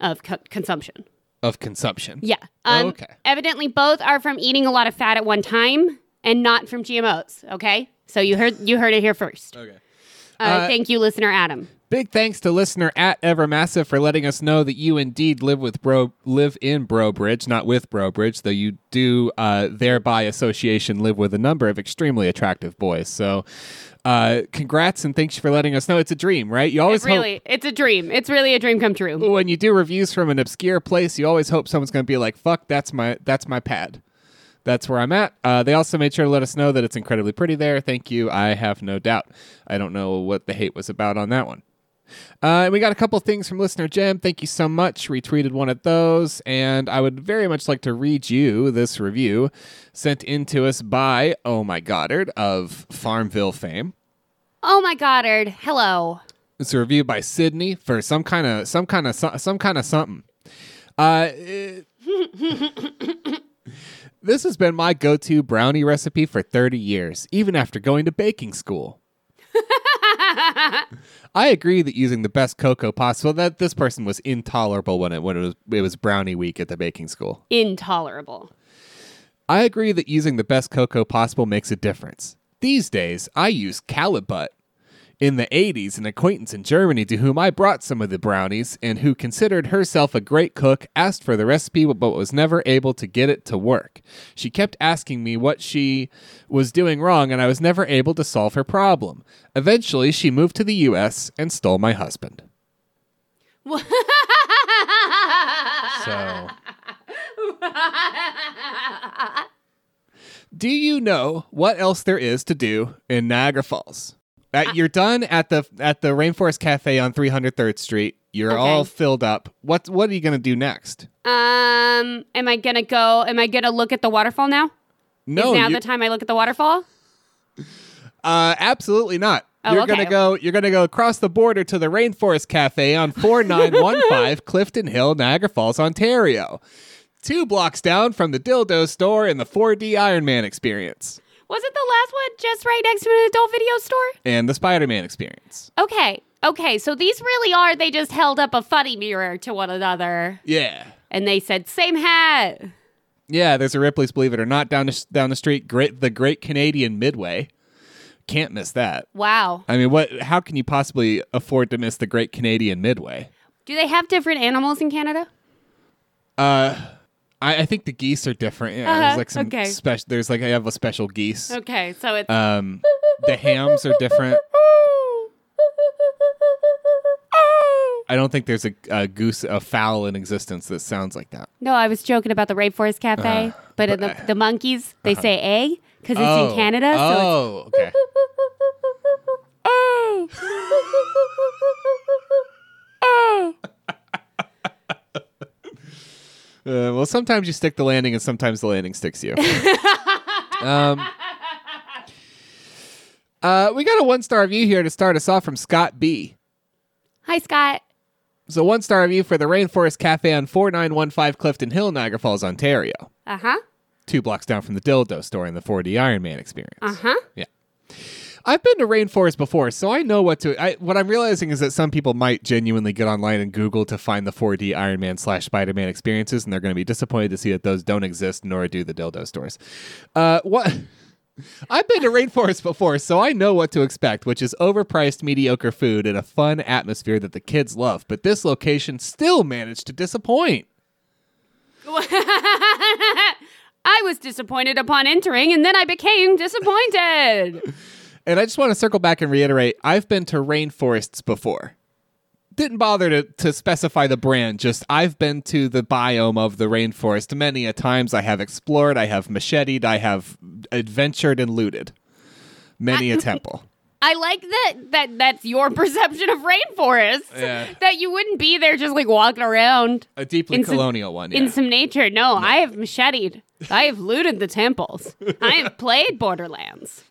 S2: of co- consumption
S1: Of consumption.
S2: Yeah.
S1: Oh,
S2: Um,
S1: okay.
S2: Evidently, both are from eating a lot of fat at one time and not from GMOs. Okay. So you heard you heard it here first.
S1: Okay.
S2: Uh, thank you, listener Adam.
S1: Big thanks to listener at Evermassive for letting us know that you indeed live with Bro live in Brobridge, not with Brobridge, though you do uh, thereby association live with a number of extremely attractive boys. So uh, congrats and thanks for letting us know. It's a dream, right? You always
S2: It's
S1: hope
S2: really, it's a dream. It's really a dream come true.
S1: when you do reviews from an obscure place, you always hope someone's going to be like, "Fuck, that's my that's my pad." That's where I'm at. Uh, they also made sure to let us know that it's incredibly pretty there. Thank you. I have no doubt. I don't know what the hate was about on that one. Uh, and we got a couple things from listener Jim. Thank you so much. Retweeted one of those, and I would very much like to read you this review sent in to us by Oh My Goddard of Farmville fame.
S2: Oh my Goddard. Hello.
S1: It's a review by Sydney for some kind of some kind of so- some kind of something. Uh, it- this has been my go-to brownie recipe for 30 years, even after going to baking school. I agree that using the best cocoa possible. That this person was intolerable when it when it was it was brownie week at the baking school.
S2: Intolerable.
S1: I agree that using the best cocoa possible makes a difference. These days, I use Calibut. In the 80s, an acquaintance in Germany to whom I brought some of the brownies and who considered herself a great cook asked for the recipe but was never able to get it to work. She kept asking me what she was doing wrong and I was never able to solve her problem. Eventually, she moved to the US and stole my husband. So. Do you know what else there is to do in Niagara Falls? At, you're done at the at the Rainforest Cafe on 303rd Street. You're
S2: Okay.
S1: all filled up. What what are you going to do next?
S2: Um, am I gonna go? Am I gonna look at the waterfall now?
S1: No,
S2: Is now
S1: you-
S2: the time I look at the waterfall?
S1: uh, absolutely not.
S2: Oh,
S1: you're
S2: okay.
S1: gonna go. You're gonna go across the border to the Rainforest Cafe on 4915 Clifton Hill, Niagara Falls, Ontario. Two blocks down from the dildo store and the 4D Iron Man experience
S2: Wasn't the last one just right next to an adult video store?
S1: and the Spider Man experience.
S2: Okay, okay. So these really are. They just held up a funny mirror to one another,
S1: Yeah.
S2: and they said, "Same hat."
S1: Yeah, there's a Ripley's Believe It or Not down the, down the street. Great, the Great Canadian Midway. Can't miss that.
S2: Wow.
S1: I mean, what? How can you possibly afford to miss the Great Canadian Midway?
S2: Do they have different animals in Canada?
S1: I, I think the geese are different. Yeah,
S2: Uh-huh,
S1: there's like some
S2: okay.
S1: special. There's like I have a special geese.
S2: Okay, so it's
S1: Um, the hams are different. I don't think there's a, a goose, a fowl in existence that sounds like that.
S2: no. I was joking about the Rainforest Cafe, but, in the, the monkeys they say "a" because it's in Canada, so it's
S1: Oh, okay. Uh, well, sometimes you stick the landing, and sometimes the landing sticks you. um, uh, we got a one star review here to start us off from Scott B.
S2: Hi, Scott.
S1: So, one star review for the Rainforest Cafe on 4915 Clifton Hill, Niagara Falls, Ontario.
S2: Uh huh.
S1: Two blocks down from the dildo store and the 4D Iron Man experience.
S2: Uh huh.
S1: I've been to Rainforest before, so I know what to. I, what I'm realizing is that some people might genuinely get online and Google to find the 4D Iron Man slash Spider Man experiences, and they're going to be disappointed to see that those don't exist, nor do the dildo stores. Uh, what? I've been to Rainforest before, so I know what to expect, which is overpriced, mediocre food and a fun atmosphere that the kids love. But this location still managed to disappoint.
S2: I was disappointed upon entering, and then I became disappointed.
S1: And I just want to circle back and reiterate I've been to rainforests before. Didn't bother to, to specify the brand, just I've been to the biome of the rainforest many a times. I have explored, I have macheted, I have adventured and looted many a temple.
S2: I like that that that's your perception of rainforests.
S1: Yeah.
S2: That you wouldn't be there just like walking around
S1: A deeply
S2: In some-
S1: colonial one.
S2: in
S1: yeah.
S2: some nature. No, I have macheted. I have looted the temples. I have played Borderlands.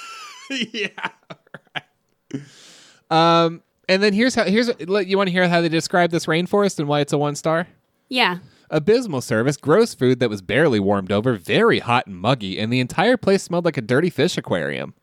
S1: yeah. Right. Um, and then here's how here's let- you want to hear how they describe this rainforest and why it's a one star.
S2: Yeah.
S1: Abysmal service, gross food that was barely warmed over, very hot and muggy, and the entire place smelled like a dirty fish aquarium.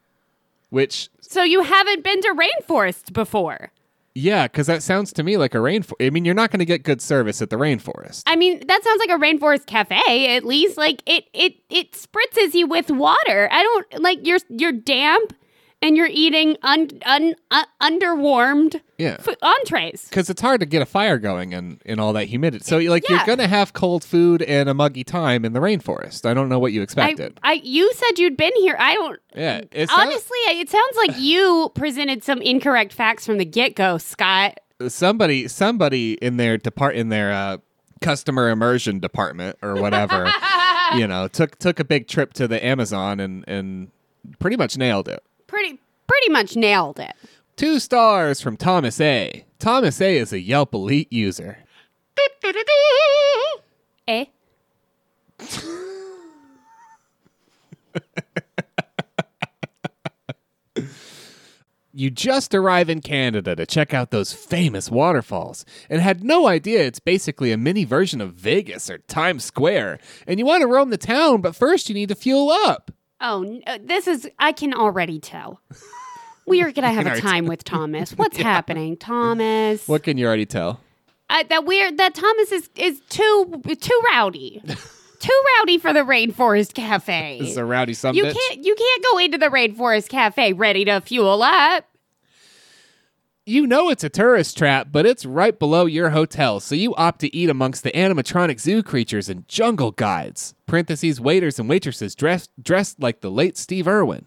S1: Which,
S2: So you haven't been to rainforests before.
S1: yeah, because that sounds to me like a rainforest. I mean, you're not going to get good service at the rainforest.
S2: I mean, that sounds like a rainforest cafe. At least, like it, it, it spritzes you with water. I don't like you're you're damp, and you're eating un, un, un underwarmed
S1: Yeah.
S2: fo- entrees.
S1: Because it's hard to get a fire going and in all that humidity. So, like,
S2: Yeah.
S1: you're going to have cold food and a muggy time in the rainforest. I don't know what you
S2: I,
S1: expected.
S2: I, you said you'd been here. I don't.
S1: yeah. It sounds,
S2: Honestly, I- it sounds like you presented some incorrect facts from the get go, Scott.
S1: somebody, somebody in their depart in their uh, customer immersion department or whatever. you know, took took a big trip to the Amazon and and pretty much nailed it.
S2: Pretty, pretty much nailed it.
S1: Two stars from Thomas A. Thomas A is a Yelp Elite user.
S2: Eh?
S1: You just arrive in Canada to check out those famous waterfalls and had no idea it's basically a mini version of Vegas or Times Square. And you want to roam the town, but first you need to fuel up.
S2: Oh, no, this is, I can already tell. We are going to have a
S1: Alright.
S2: time with Thomas. What's happening, Thomas?
S1: What can you already tell?
S2: I, that weird that Thomas is is too too rowdy, too rowdy for the Rainforest Cafe.
S1: This is a rowdy some
S2: you
S1: bitch.
S2: can't you can't go into the Rainforest Cafe ready to fuel up.
S1: You know it's a tourist trap, but it's right below your hotel, so you opt to eat amongst the animatronic zoo creatures and jungle guides. Parentheses waiters and waitresses dressed dressed like the late Steve Irwin.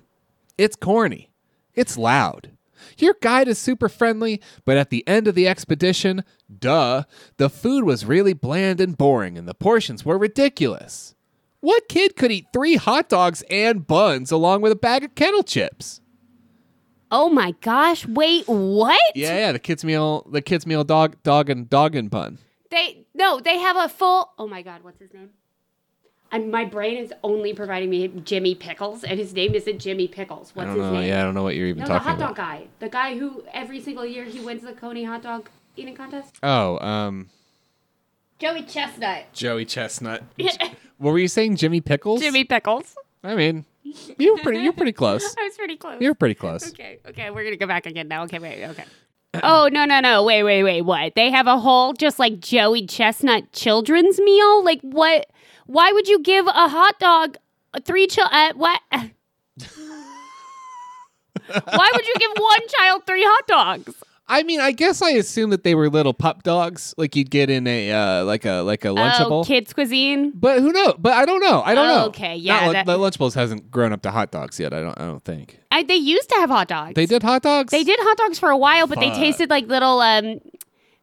S1: It's corny. It's loud. Your guide is super friendly, but at the end of the expedition, duh, the food was really bland and boring and the portions were ridiculous. What kid could eat 3 hot dogs and buns along with a bag of kettle chips?
S2: Oh my gosh! Wait, what?
S1: Yeah, yeah, the kids meal, the kids meal dog, dog and dog and bun.
S2: They no, they have a full. Oh my god, what's his name? And my brain is only providing me Jimmy Pickles, and his name isn't Jimmy Pickles.
S1: I
S2: What's his
S1: don't know.
S2: name?
S1: Yeah, I don't know what you're even
S2: no, the
S1: talking
S2: hot dog
S1: about.
S2: guy, the guy who every single year he wins the Coney hot dog eating contest.
S1: Oh, um,
S2: Joey Chestnut.
S1: Joey Chestnut. what were you saying, Jimmy Pickles?
S2: Jimmy Pickles.
S1: I mean, you were pretty. You're pretty close.
S2: I was pretty close.
S1: You're pretty close.
S2: Okay, okay, we're gonna go back again now. Okay, wait, okay. Oh no no no! Wait wait wait! What? They have a whole just like Joey Chestnut children's meal. Like what? Why would you give a hot dog three child? Uh, what? why would you give one child three hot dogs?
S1: I mean, I guess I assume that they were little pup dogs, like you'd get in a uh, like a like a
S2: Oh,
S1: lunchable.
S2: kids cuisine.
S1: but who knows? But I don't know. I don't
S2: Oh,
S1: know.
S2: okay,
S1: Not
S2: yeah,
S1: Lun-
S2: that-
S1: but Lunchables hasn't grown up to hot dogs yet. I don't. I don't think
S2: I, they used to have hot dogs.
S1: they did hot dogs.
S2: They did hot dogs for a while, but
S1: Fuck.
S2: they tasted like little um,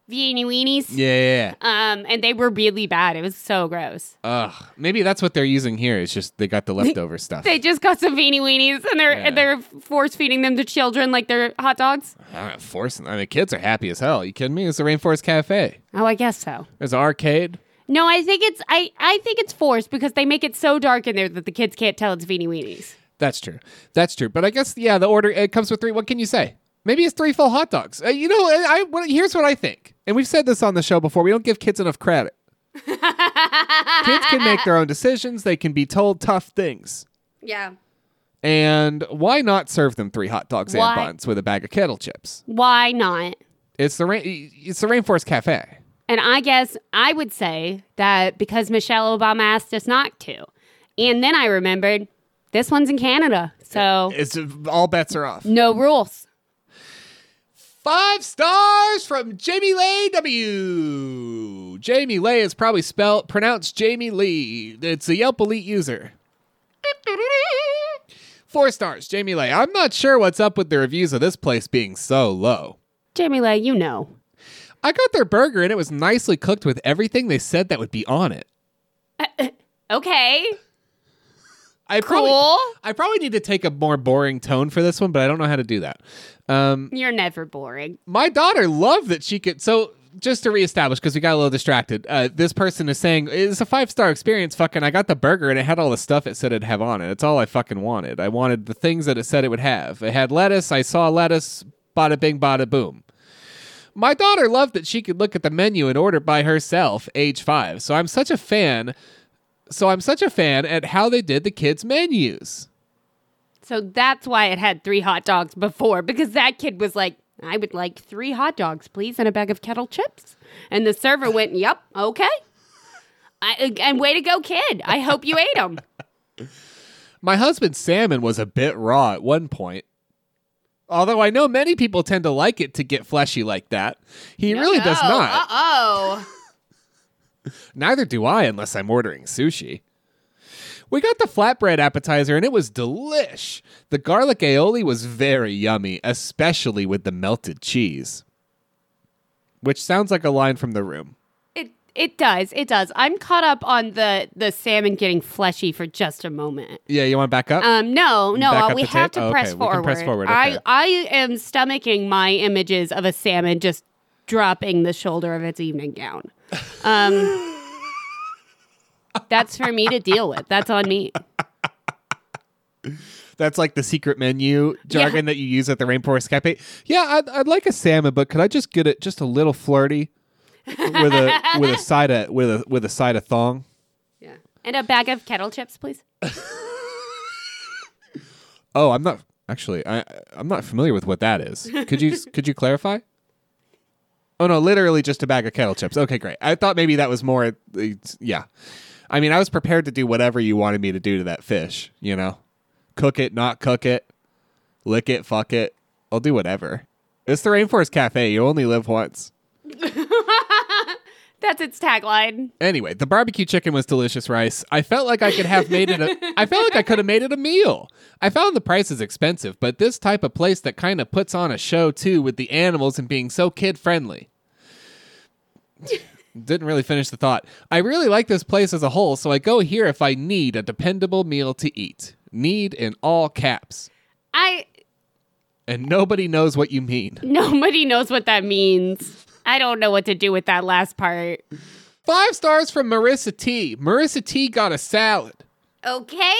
S2: Vienna weenies.
S1: Yeah, Yeah. yeah.
S2: Um, and they were really bad. It was so gross.
S1: Ugh. Maybe that's what they're using here. It's just they got the leftover stuff.
S2: They just got some beanie weenies and they're
S1: Yeah.
S2: and they're force feeding them to children like they're hot dogs.
S1: I'm not forcing. I mean, kids are happy as hell. you kidding me? It's the Rainforest Cafe.
S2: Oh, I guess so.
S1: There's an arcade.
S2: No, I think it's I, I think it's forced because they make it so dark in there that the kids can't tell it's beanie weenies.
S1: That's true. That's true. But I guess yeah, the order it comes with three. What can you say? Maybe it's three full hot dogs. Uh, you know, I, I what, here's what I think, and we've said this on the show before. We don't give kids enough credit. kids can make their own decisions. They can be told tough things.
S2: Yeah.
S1: And why not serve them three hot dogs
S2: Why?
S1: and buns with a bag of kettle chips?
S2: Why not?
S1: It's the rain. It's the Rainforest Cafe.
S2: And I guess I would say that because Michelle Obama asked us not to. And then I remembered this one's in Canada. So
S1: It's all bets are off.
S2: no rules.
S1: Five stars from Jamie Lay W. Jamie Lay is probably spelled pronounced Jamie Lee. It's a Yelp Elite user. Four stars, Jamie Lay. I'm not sure what's up with the reviews of this place being so low.
S2: Jamie Lay, you know.
S1: I got their burger and it was nicely cooked with everything they said that would be on it.
S2: Okay.
S1: I
S2: Cool.
S1: probably, I probably need to take a more boring tone for this one, but I don't know how to do that. Um,
S2: You're never boring.
S1: my daughter loved that she could so just to reestablish because we got a little distracted uh, this person is saying it's a five star experience fucking i got the burger and it had all the stuff it said it'd have on it it's all i fucking wanted i wanted the things that it said it would have it had lettuce i saw lettuce bada bing bada boom my daughter loved that she could look at the menu and order by herself age five so i'm such a fan so i'm such a fan at how they did the kids menus
S2: So that's why it had three hot dogs before, because that kid was like, I would like three hot dogs, please, and a bag of kettle chips. And the server went, Yep, okay. I, and way to go, kid. I hope you ate them.
S1: My husband's salmon was a bit raw at one point. Although I know many people tend to like it to get fleshy like that. He really does
S2: Uh
S1: not.
S2: oh.
S1: Neither do I unless I'm ordering sushi. We got the flatbread appetizer and it was delish. The garlic aioli was very yummy, especially with the melted cheese. Which sounds like a line from the room.
S2: It, it does. It does. I'm caught up on the the salmon getting fleshy for just a moment.
S1: Yeah, you want to back up?
S2: Um, no, no,
S1: Back
S2: uh,
S1: up
S2: we
S1: the
S2: have
S1: tape?
S2: to
S1: Oh,
S2: press
S1: okay, we
S2: forward.
S1: can press forward,
S2: I
S1: okay.
S2: I am stomaching my images of a salmon just dropping the shoulder of its evening gown. Um, that's for me to deal with. That's on me.
S1: That's like the secret menu jargon
S2: Yeah.
S1: that you use at the Rainforest Cafe. Yeah, I'd, I'd like a salmon, but could I just get it just a little flirty with a with a side of with a with a side of thong?
S2: Yeah. And a bag of kettle chips, please.
S1: Oh, I'm not actually. I I'm not familiar with what that is. Could you could you clarify? Oh no, literally just a bag of kettle chips. Okay, great. I thought maybe that was more. it's- Yeah, I mean, I was prepared to do whatever you wanted me to do to that fish. You know, cook it, not cook it, lick it, fuck it. I'll do whatever. It's the Rainforest Cafe. You only live once.
S2: That's its tagline.
S1: Anyway, the barbecue chicken was delicious rice. I felt like I could have made it a I felt like I could have made it a meal. I found the prices expensive, but this type of place that kind of puts on a show too with the animals and being so kid friendly. Didn't really finish the thought. I really like this place as a whole, so I go here if I need a dependable meal to eat. Need in all caps.
S2: I
S1: And nobody knows what you mean.
S2: nobody knows what that means. I don't know what to do with that last part.
S1: Five stars from Marissa T. Marissa T got a salad.
S2: Okay.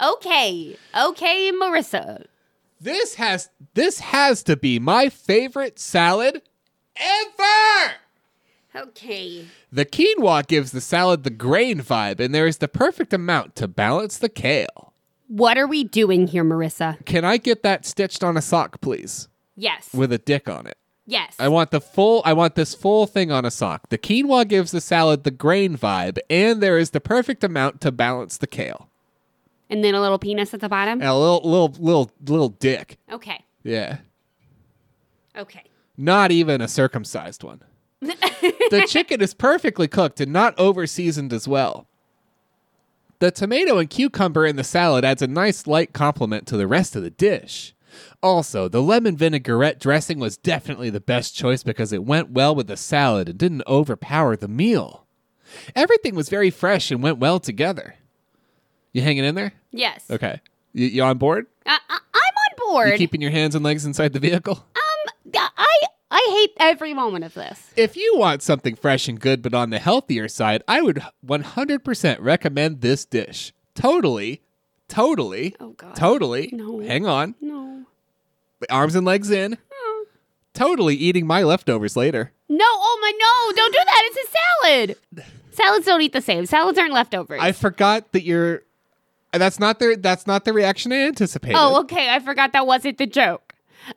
S2: Okay. Okay, Marissa.
S1: This has this has to be my favorite salad ever.
S2: Okay.
S1: The quinoa gives the salad the grain vibe, and there is the perfect amount to balance the kale.
S2: What are we doing here, Marissa?
S1: Can I get that stitched on a sock, please,
S2: Yes.
S1: with a dick on it?
S2: yes.
S1: I want the full. I want this full thing on a sock. The quinoa gives the salad the grain vibe, and there is the perfect amount to balance the kale.
S2: and then a little penis at the bottom.
S1: And a little, little, little, little dick.
S2: Okay.
S1: Yeah.
S2: Okay.
S1: not even a circumcised one. the chicken is perfectly cooked and not over seasoned as well. The tomato and cucumber in the salad adds a nice light complement to the rest of the dish. Also, the lemon vinaigrette dressing was definitely the best choice because it went well with the salad and didn't overpower the meal. Everything was very fresh and went well together. You hanging in there?
S2: Yes.
S1: Okay. You, you on board?
S2: I, I, I'm on
S1: You
S2: board.
S1: keeping your hands and legs inside the vehicle?
S2: um, I I hate every moment of this.
S1: If you want something fresh and good but on the healthier side, I would 100% recommend this dish. Totally, totally,
S2: Oh, God.
S1: totally.
S2: No.
S1: Hang on.
S2: No.
S1: Arms and legs in.
S2: Oh.
S1: Totally eating my leftovers later.
S2: No, oh my no, don't do that. It's a salad. Salads don't eat the same. Salads aren't leftovers.
S1: I forgot that you're that's not the that's not the reaction I anticipated.
S2: oh, okay. I forgot that wasn't the joke.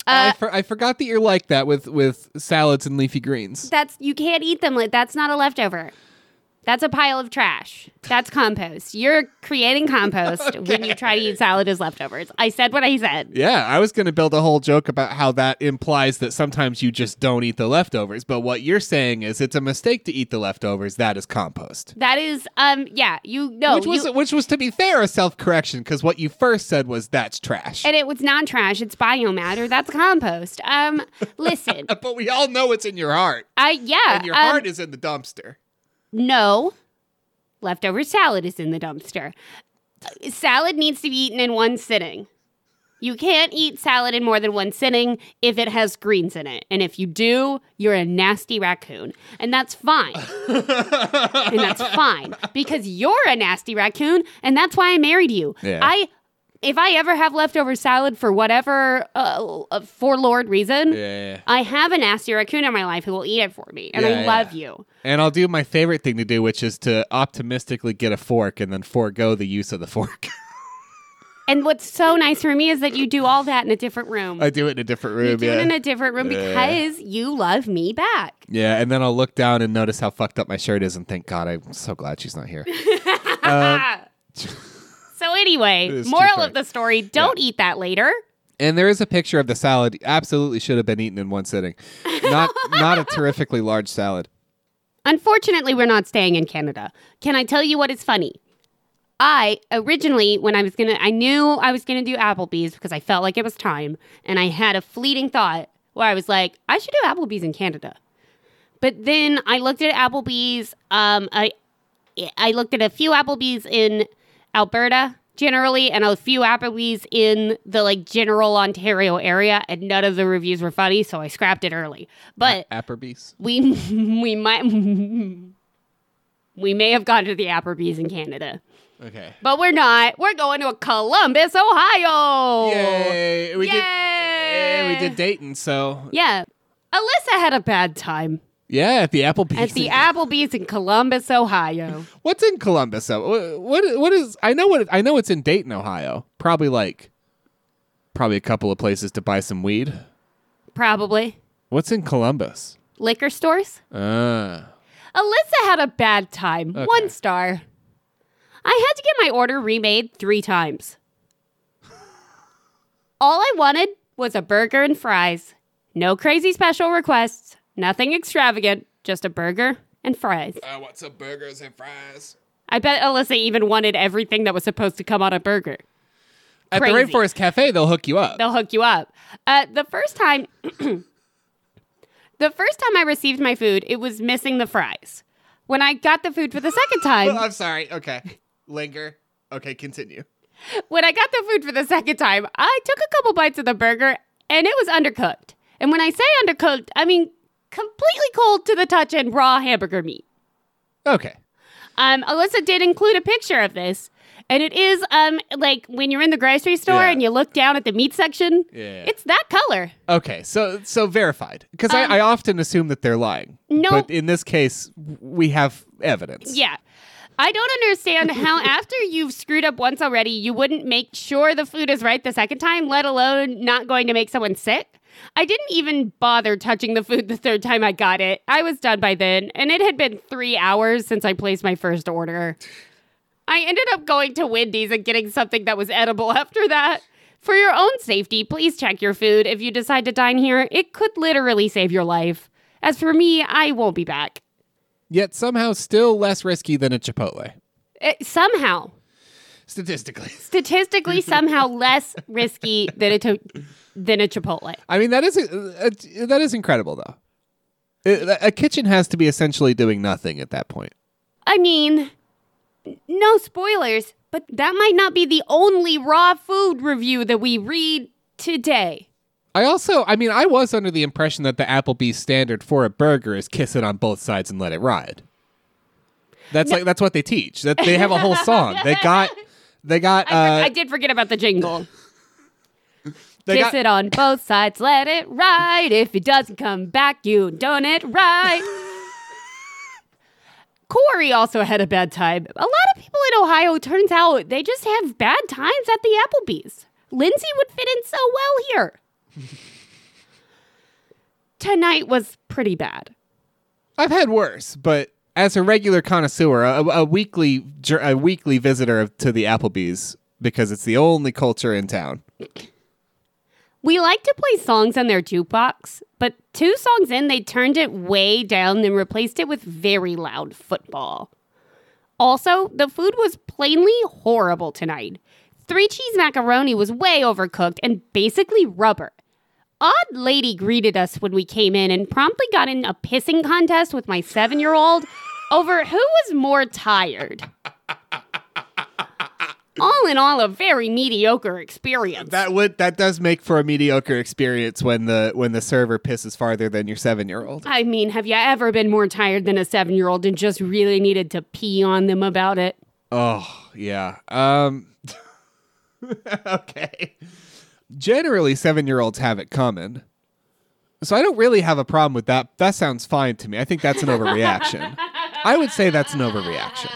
S1: I,
S2: Uh,
S1: for, I forgot that you're like that with with salads and leafy greens.
S2: that's you can't eat them. Like, That's not a leftover. That's a pile of trash. That's compost. You're creating compost when you try to eat salad as leftovers. I said what I said.
S1: Yeah, I was going to build a whole joke about how that implies that sometimes you just don't eat the leftovers, but what you're saying is it's a mistake to eat the leftovers. That is compost.
S2: That is, um, yeah, you know,
S1: which was
S2: you-
S1: which was to be fair a self correction because what you first said was that's trash.
S2: and it was non-trash. It's biomatter. That's compost. Um, listen,
S1: but we all know it's in your heart,
S2: I yeah,
S1: and your
S2: um,
S1: heart is in the dumpster.
S2: no, leftover salad is in the dumpster. Uh, Salad needs to be eaten in one sitting. You can't eat salad in more than one sitting if it has greens in it, and if you do, you're a nasty raccoon, and that's fine. and that's fine because you're a nasty raccoon, and that's why I married you.
S1: Yeah.
S2: I. If I ever have leftover salad for whatever uh, uh, forlorn reason,
S1: Yeah,
S2: I have a nasty raccoon in my life who will eat it for me, and
S1: Yeah,
S2: I
S1: yeah.
S2: love you.
S1: and I'll do my favorite thing to do, which is to optimistically get a fork and then forego the use of the fork.
S2: And what's so nice for me is that you do all that in a different room.
S1: I do it in a different room.
S2: you do
S1: yeah.
S2: it in a different room because you love me back.
S1: Yeah, and then I'll look down and notice how fucked up my shirt is, and thank God I'm so glad she's not here.
S2: So anyway,
S1: is too
S2: moral
S1: funny.
S2: of the story: don't eat that later.
S1: and there is a picture of the salad. Absolutely should have been eaten in one sitting. Not not a terrifically large salad.
S2: Unfortunately, we're not staying in Canada. Can I tell you what is funny? I originally, when I was gonna, I knew I was gonna do Applebee's because I felt like it was time, and I had a fleeting thought where I was like, I should do Applebee's in Canada. But then I looked at Applebee's. Um, I I looked at a few Applebee's in Alberta generally, and a few Applebee's in the like general Ontario area, and none of the reviews were funny, so I scrapped it early. But
S1: Applebee's.
S2: we we might we may have gone to the Applebee's in Canada,
S1: Okay.
S2: but we're not. We're going to Columbus, Ohio.
S1: Yay! We did. eh,
S2: Oh. Yay!
S1: we did Dayton. So
S2: Yeah. Alyssa had a bad time
S1: yeah, at the Applebee's.
S2: at the Applebee's in Columbus, Ohio.
S1: What's in Columbus? though? Wh- What what is? I know what I know. It's in Dayton, Ohio. Probably like, probably a couple of places to buy some weed.
S2: Probably.
S1: What's in Columbus?
S2: Liquor stores?
S1: Uh,
S2: Alyssa had a bad time.
S1: Okay.
S2: One star. I had to get my order remade three times. All I wanted was a burger and fries. No crazy special requests, nothing extravagant, just a burger and fries.
S1: I want some burgers and fries.
S2: I bet Alyssa even wanted everything that was supposed to come on a burger.
S1: At the
S2: Crazy.
S1: Rainforest Cafe, they'll hook you up.
S2: they'll hook you up. Uh, the first time, the first time I received my food, it was missing the fries. When I got the food for the second time,
S1: Oh, I'm sorry. Okay, linger. Okay, continue.
S2: when I got the food for the second time, I took a couple bites of the burger and it was undercooked. And when I say undercooked, I mean completely cold to the touch and raw hamburger meat.
S1: Okay.
S2: Um, Alyssa did include a picture of this. And it is um like when you're in the grocery store
S1: Yeah.
S2: and you look down at the meat section,
S1: Yeah.
S2: it's that color.
S1: Okay, so so verified because
S2: Um,
S1: I, I often assume that they're lying.
S2: No.
S1: but in this case, w- we have evidence.
S2: Yeah. I don't understand how after you've screwed up once already, you wouldn't make sure the food is right the second time, let alone not going to make someone sick. I didn't even bother touching the food the third time I got it. I was done by then, and it had been three hours since I placed my first order. I ended up going to Wendy's and getting something that was edible after that. For your own safety, please check your food if you decide to dine here. It could literally save your life. As for me, I won't be back.
S1: Yet somehow still less risky than a Chipotle.
S2: It, Eh, somehow.
S1: Statistically,
S2: statistically somehow less risky than a to- than a Chipotle.
S1: I mean that is uh, uh, that is incredible though. Uh, A- a kitchen has to be essentially doing nothing at that point.
S2: I mean, no spoilers, but that might not be the only raw food review that we read today.
S1: I also, I mean, I was under the impression that the Applebee's standard for a burger is kiss it on both sides and let it ride. That's like that's what they teach. That they have a whole song. They got, they got,
S2: I,
S1: uh,
S2: for- I did forget about the jingle.
S1: they
S2: Kiss
S1: got,
S2: it on both sides, let it ride. If it doesn't come back, you done it right. Corey also had a bad time. A lot of people in Ohio, turns out, they just have bad times at the Applebee's. Lindsay would fit in so well here. Tonight was pretty bad.
S1: I've had worse, but as a regular connoisseur, a, a weekly jour- a weekly visitor of, to the Applebee's because it's the only culture in town.
S2: We like to play songs on their jukebox, but two songs in, they turned it way down and replaced it with very loud football. Also, the food was plainly horrible tonight. Three cheese macaroni was way overcooked and basically rubber. Odd lady greeted us when we came in and promptly got in a pissing contest with my seven year old over who was more tired. All in all, a very mediocre experience.
S1: That would that does make for a mediocre experience when the when the server pisses farther than your seven year old.
S2: I mean, have you ever been more tired than a seven year old and just really needed to pee on them about it?
S1: Oh yeah. Um. okay. Generally, seven year olds have it coming. So I don't really have a problem with that. That sounds fine to me. I think that's an overreaction. I would say that's an overreaction.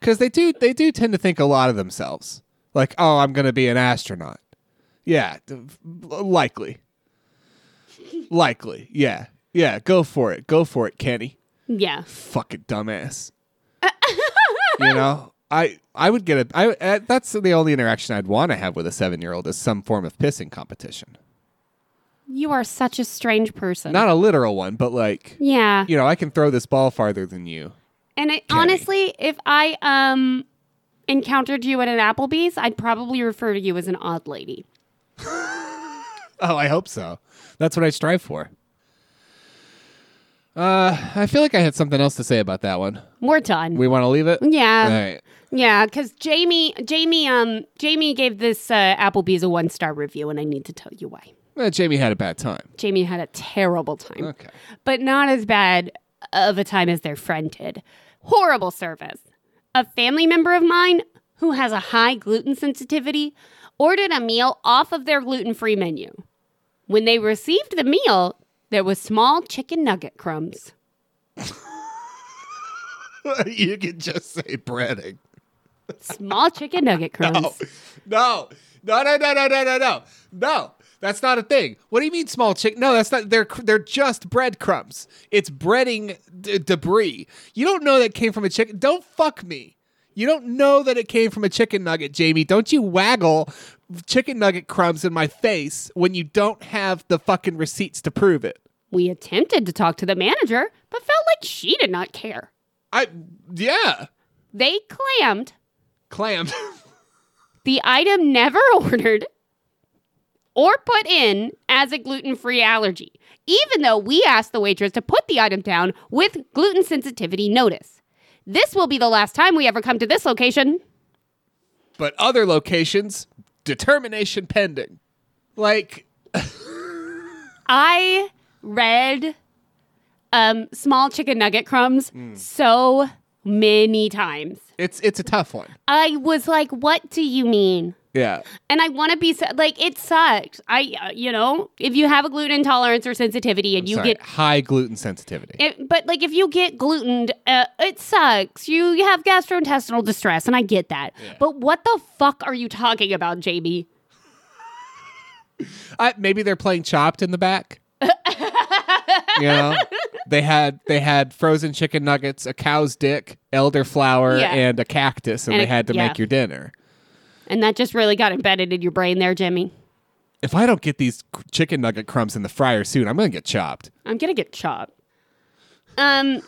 S1: Cuz they do they do tend to think a lot of themselves. Like, "Oh, I'm going to be an astronaut." Yeah, d- likely. Likely. Yeah. Yeah, go for it. Go for it, Kenny
S2: Yeah.
S1: fucking dumbass. you know, I I would get a I uh, that's the only interaction I'd want to have with a seven year old is some form of pissing competition,
S2: You are such a strange person.
S1: not a literal one, but like
S2: yeah.
S1: you know, I can throw this ball farther than you.
S2: And it, honestly, if I um encountered you at an Applebee's, I'd probably refer to you as an odd lady.
S1: Oh, I hope so. That's what I strive for. Uh, I feel like I had something else to say about that one.
S2: We're done.
S1: We want to leave it.
S2: yeah.
S1: All right.
S2: Yeah, because Jamie, Jamie, um, Jamie gave this uh, Applebee's a one star review, and I need to tell you why.
S1: Uh, Jamie had a bad time.
S2: Jamie had a terrible time,
S1: Okay.
S2: but not as bad of a time as their friend did. Horrible service. A family member of mine who has a high gluten sensitivity ordered a meal off of their gluten free menu. When they received the meal, there was small chicken nugget crumbs.
S1: you can just say breading.
S2: Small chicken nugget crumbs.
S1: No, no, no, no, no, no, no, no, no, no. That's not a thing. What do you mean small chick? No, that's not. They're they're just breadcrumbs. It's breading d- debris. You don't know that came from a chicken. Don't fuck me. You don't know that it came from a chicken nugget, Jamie. Don't you waggle chicken nugget crumbs in my face when you don't have the fucking receipts to prove it.
S2: We attempted to talk to the manager, but felt like she did not care.
S1: I yeah,
S2: They claimed
S1: clammed.
S2: the item never ordered or put in as a gluten free allergy, even though we asked the waitress to put the item down with gluten sensitivity notice. This will be the last time we ever come to this location.
S1: but other locations determination pending. Like
S2: I read um, small chicken nugget crumbs so many times.
S1: it's it's a tough one.
S2: I was like, what do you mean?
S1: Yeah.
S2: and I want to be sa- like it sucks. I uh, you know if you have a gluten intolerance or sensitivity and you
S1: Sorry,
S2: get
S1: high gluten sensitivity.
S2: it, but like if you get glutened, uh, it sucks. You you have gastrointestinal distress, and I get that. But what the fuck are you talking about, Jamie?
S1: I, maybe they're playing Chopped in the back. you know, they had they had frozen chicken nuggets, a cow's dick, elderflower,
S2: Yeah.
S1: and a cactus, and,
S2: And
S1: they
S2: a-
S1: had to
S2: yeah.
S1: make your dinner.
S2: And that just really got embedded in your brain there, Jimmy.
S1: If I don't get these c- chicken nugget crumbs in the fryer soon, I'm gonna get chopped.
S2: I'm gonna get chopped. Um,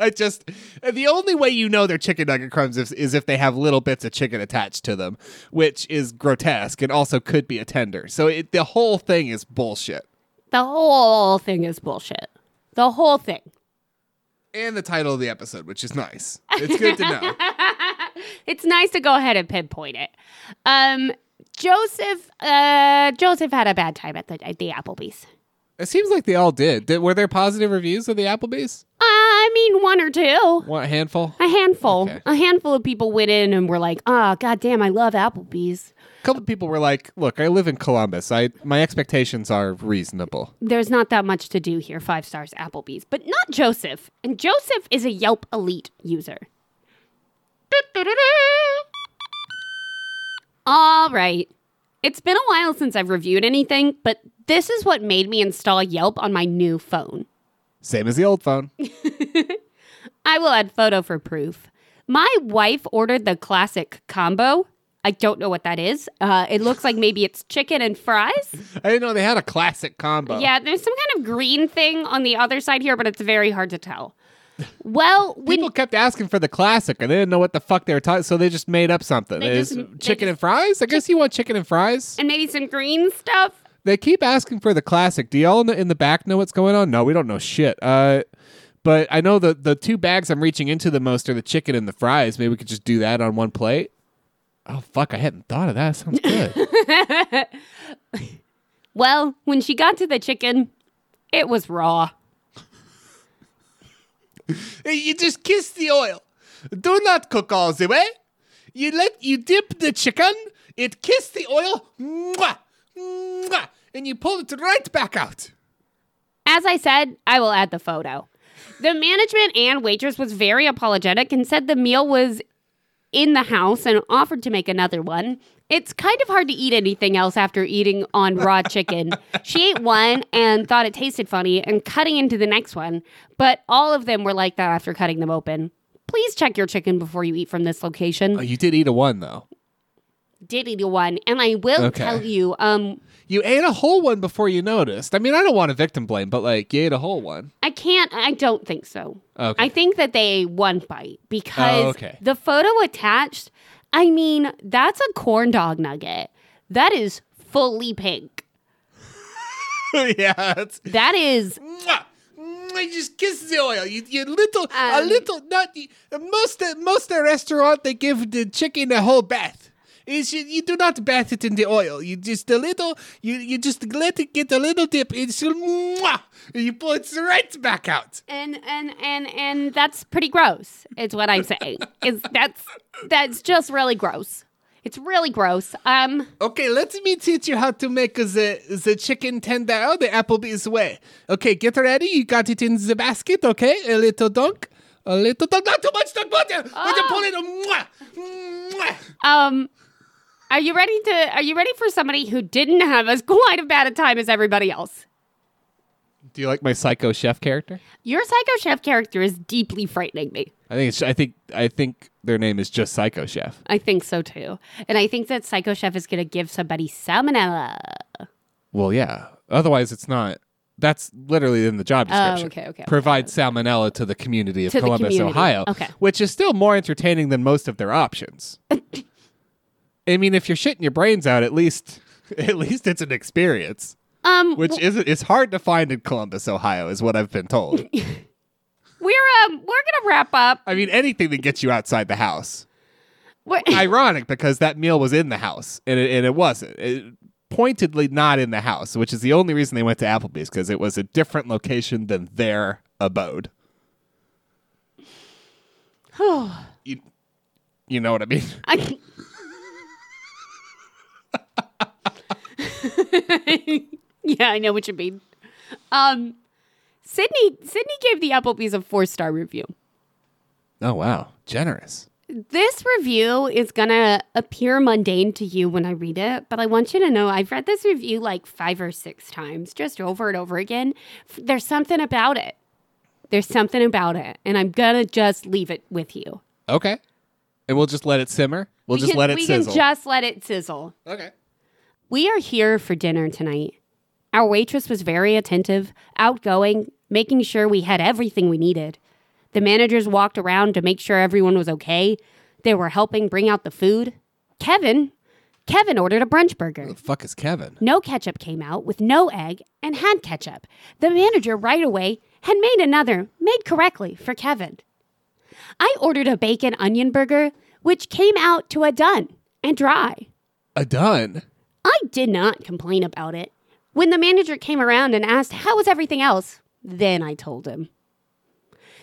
S1: I just the only way you know they're chicken nugget crumbs is, is if they have little bits of chicken attached to them, which is grotesque and also could be a tender. So it, the whole thing is bullshit.
S2: the whole thing is bullshit. The whole thing.
S1: And the title of the episode, which is nice. It's good to know.
S2: it's nice to go ahead and pinpoint it. Um, Joseph, uh, Joseph had a bad time at the at the Applebee's.
S1: It seems like they all did. did. Were there positive reviews of the Applebee's?
S2: I mean, one or two,
S1: What a handful?
S2: a handful,
S1: Okay.
S2: a handful of people went in and were like, "Ah, goddamn, I love Applebee's."
S1: A couple people were like, "Look, I live in Columbus. I my expectations are reasonable."
S2: There's not that much to do here. Five stars Applebee's, but not Joseph. And Joseph is a Yelp Elite user. All right. It's been a while since I've reviewed anything, but this is what made me install Yelp on my new phone.
S1: Same as the old phone.
S2: I will add photo for proof. My wife ordered the classic combo. I don't know what that is. Uh, it looks like maybe it's chicken and fries.
S1: I didn't know they had a classic combo.
S2: Yeah, there's some kind of green thing on the other side here, but it's very hard to tell. Well, when
S1: People kept asking for the classic, and they didn't know what the fuck they were talking. So they just made up something.
S2: They
S1: It's
S2: just-
S1: chicken
S2: they
S1: and fries. I guess you want chicken and fries.
S2: and maybe some green stuff.
S1: They keep asking for the classic. Do y'all kn- in the back know what's going on? No, we don't know shit. Uh, but I know the the two bags I'm reaching into the most are the chicken and the fries. Maybe we could just do that on one plate. Oh fuck! I hadn't thought of that. Sounds good.
S2: Well, when she got to the chicken, it was raw.
S1: you just kiss the oil. Do not cook all the way. You let you dip the chicken. It kiss the oil. Mwah, mwah, and you pull it right back out.
S2: As I said, I will add the photo. The management and waitress was very apologetic and said the meal was in the house and offered to make another one. It's kind of hard to eat anything else after eating on raw chicken. she ate one and thought it tasted funny and cutting into the next one, but all of them were like that after cutting them open. Please check your chicken before you eat from this location.
S1: Oh, you did eat a one though.
S2: Did eat one, and I will
S1: Okay.
S2: tell you, um,
S1: You ate a whole one before you noticed. I mean, I don't want to victim blame, but like you ate a whole one.
S2: I can't. I don't think so.
S1: Okay.
S2: I think that they ate one bite because
S1: Oh, okay.
S2: the photo attached. I mean, that's a corn dog nugget. That is fully pink.
S1: yeah, it's
S2: That is
S1: Mwah! Mwah! way just kiss the oil. You, you little, a little, not you- most. Most restaurant they give the chicken a whole bath. Is you, you do not bath it in the oil. You just a little. You you just let it get a little dip. It's mwah, and you pull it right back out.
S2: and and and and that's pretty gross is what i'm saying is that's that's just really gross it's really gross um
S1: Okay, let me teach you how to make the the chicken tender oh, the Applebee's way. Okay, get ready. You got it in the basket. Okay, a little dunk, a little dunk. Not too much dunk, but uh, but you pull it. uh, Mwah, mwah.
S2: um are you ready to are you ready for somebody who didn't have as quite a bad a time as everybody else
S1: Do you like my psycho chef character?
S2: your psycho chef character is deeply frightening me
S1: I think it's, I think I think their name is just Psycho Chef.
S2: i think so too and i think that psycho chef is going to give somebody salmonella
S1: Well, yeah. Otherwise, it's not. That's literally in the job description.
S2: Oh, okay, okay, okay.
S1: Provide salmonella to the community of
S2: To the
S1: Columbus,
S2: community.
S1: Ohio,
S2: Okay.
S1: which is still more entertaining than most of their options. I mean, if you're shitting your brains out, at least at least it's an experience,
S2: um
S1: which isn't. It's hard to find in Columbus, Ohio, is what I've been told.
S2: we're um we're going to wrap up
S1: I mean, anything that gets you outside the house.
S2: We're-
S1: Ironic because that meal was in the house, and it, and it wasn't. It, pointedly not in the house, which is the only reason they went to Applebee's because it was a different location than their abode. you, you know what I mean?
S2: I- yeah, I know what you mean. Um, Sydney Sydney gave the Applebee's a four star review.
S1: Oh wow, generous.
S2: This review is gonna appear mundane to you when I read it, but I want you to know I've read this review like five or six times, just over and over again. F- There's something about it. There's something about it, and I'm gonna just leave it with you.
S1: Okay, and we'll just let it simmer. We'll
S2: We
S1: just
S2: can-
S1: let it
S2: we
S1: sizzle.
S2: can just let it sizzle.
S1: okay.
S2: We are here for dinner tonight. Our waitress was very attentive, outgoing, making sure we had everything we needed. The managers walked around to make sure everyone was okay. They were helping bring out the food. Kevin, Kevin ordered a brunch burger.
S1: The fuck is Kevin?
S2: No ketchup came out with no egg and had ketchup. The manager right away had made another, made correctly, for Kevin. I ordered a bacon onion burger, which came out to a done and dry.
S1: A done.
S2: I did not complain about it. When the manager came around and asked, How was everything else? Then I told him.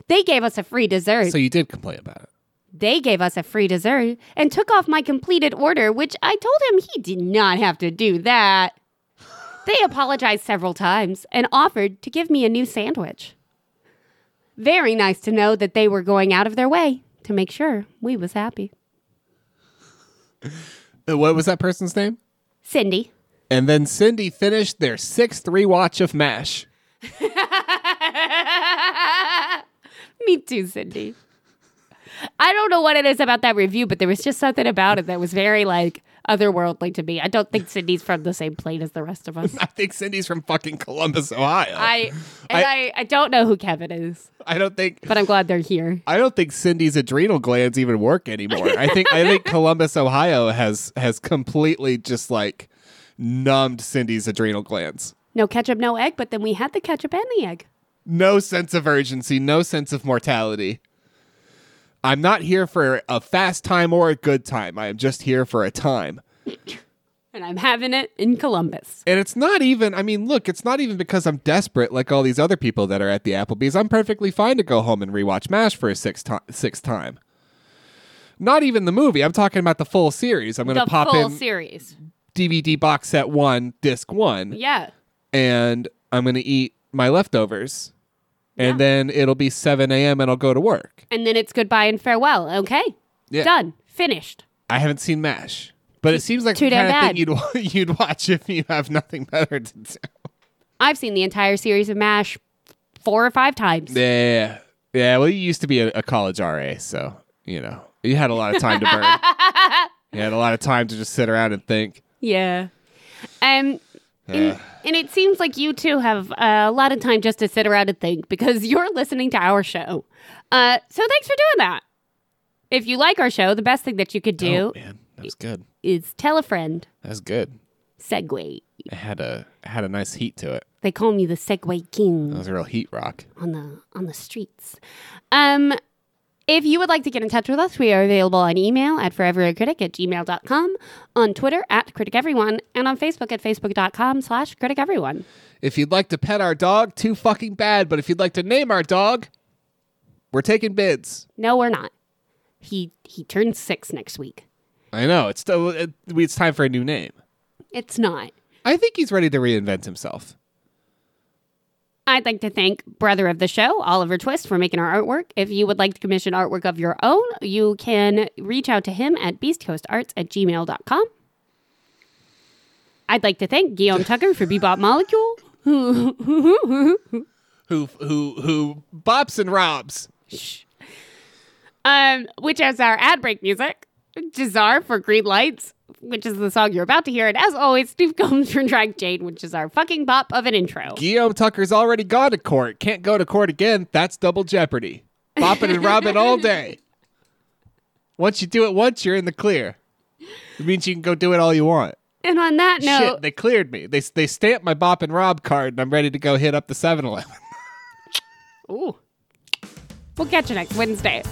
S2: They gave us a free dessert.
S1: So you did complain about it.
S2: they gave us a free dessert and took off my completed order, which I told him he did not have to do that. they apologized several times and offered to give me a new sandwich. Very nice to know that they were going out of their way to make sure we was happy.
S1: Uh, What was that person's name?
S2: Cindy.
S1: And then Cindy finished their sixth rewatch of MASH.
S2: Me too, Cindy. I don't know what it is about that review, but there was just something about it that was very like otherworldly to me. I don't think Cindy's from the same plane as the rest of us.
S1: I think Cindy's from fucking Columbus, Ohio. I,
S2: I and I, I, don't know who Kevin is,
S1: don't think
S2: but I'm glad they're here.
S1: I don't think Cindy's adrenal glands even work anymore. I think I think Columbus, Ohio has has completely just like numbed Cindy's adrenal glands.
S2: No ketchup, no egg, but then we had the ketchup and the egg.
S1: No sense of urgency, no sense of mortality. I'm not here for a fast time or a good time. I am just here for a time.
S2: And I'm having it in Columbus.
S1: And it's not even, I mean, look, it's not even because I'm desperate like all these other people that are at the Applebee's. I'm perfectly fine to go home and rewatch MASH for a sixth, ti- sixth time. Not even the movie. I'm talking about the full series. I'm going
S2: The
S1: to pop
S2: full
S1: in
S2: series.
S1: DVD box set one, disc one,
S2: Yeah.
S1: and I'm going to eat my leftovers. And then it'll be 7 a.m. and I'll go to work.
S2: And then it's goodbye and farewell. Okay.
S1: Yeah.
S2: Done. Finished.
S1: I haven't seen MASH, but it seems like
S2: too
S1: the kind
S2: damn
S1: of thing you'd, wa- you'd watch if you have nothing better to do.
S2: I've seen the entire series of MASH four or five times.
S1: Yeah. Yeah. Well, you used to be a, a college RA, so, you know, you had a lot of time to burn. you had a lot of time to just sit around and think.
S2: Yeah. Um, and, and it seems like you two have uh, a lot of time just to sit around and think because you're listening to our show. Uh, so thanks for doing that. If you like our show, the best thing that you could do
S1: Oh, man. That was good.
S2: is tell a friend.
S1: That was good.
S2: Segway.
S1: It had a it had a nice heat to it.
S2: They call me the Segway King
S1: That was a real heat rock.
S2: on the on the streets. Um, if you would like to get in touch with us, we are available on email at foreverocritic at gmail.com, on Twitter at Critic Everyone, and on Facebook at facebook.com slash Critic Everyone.
S1: If you'd like to pet our dog, too fucking bad. But if you'd like to name our dog, we're taking bids.
S2: No, we're not. He he turns six next week.
S1: I know it's still it, it's time for a new name.
S2: It's not.
S1: I think he's ready to reinvent himself.
S2: I'd like to thank brother of the show, Oliver Twist, for making our artwork. If you would like to commission artwork of your own, you can reach out to him at beastcoastarts at gmail.com. I'd like to thank Guillaume Tucker for Bebop Molecule, who
S1: Who who who bops and robs.
S2: um, which is our ad break music, Jazar for Green Lights, which is the song you're about to hear, and as always, Steve Combs for Drag Jane, which is our fucking bop of an intro.
S1: Guillaume Tucker's already gone to court. Can't go to court again. That's double jeopardy. Bopping and robbing all day. Once you do it once, you're in the clear. It means you can go do it all you want.
S2: And on that note,
S1: Shit, they cleared me. They they stamped my bop and rob card, and I'm ready to go hit up the 7-Eleven.
S2: ooh, we'll catch you next Wednesday.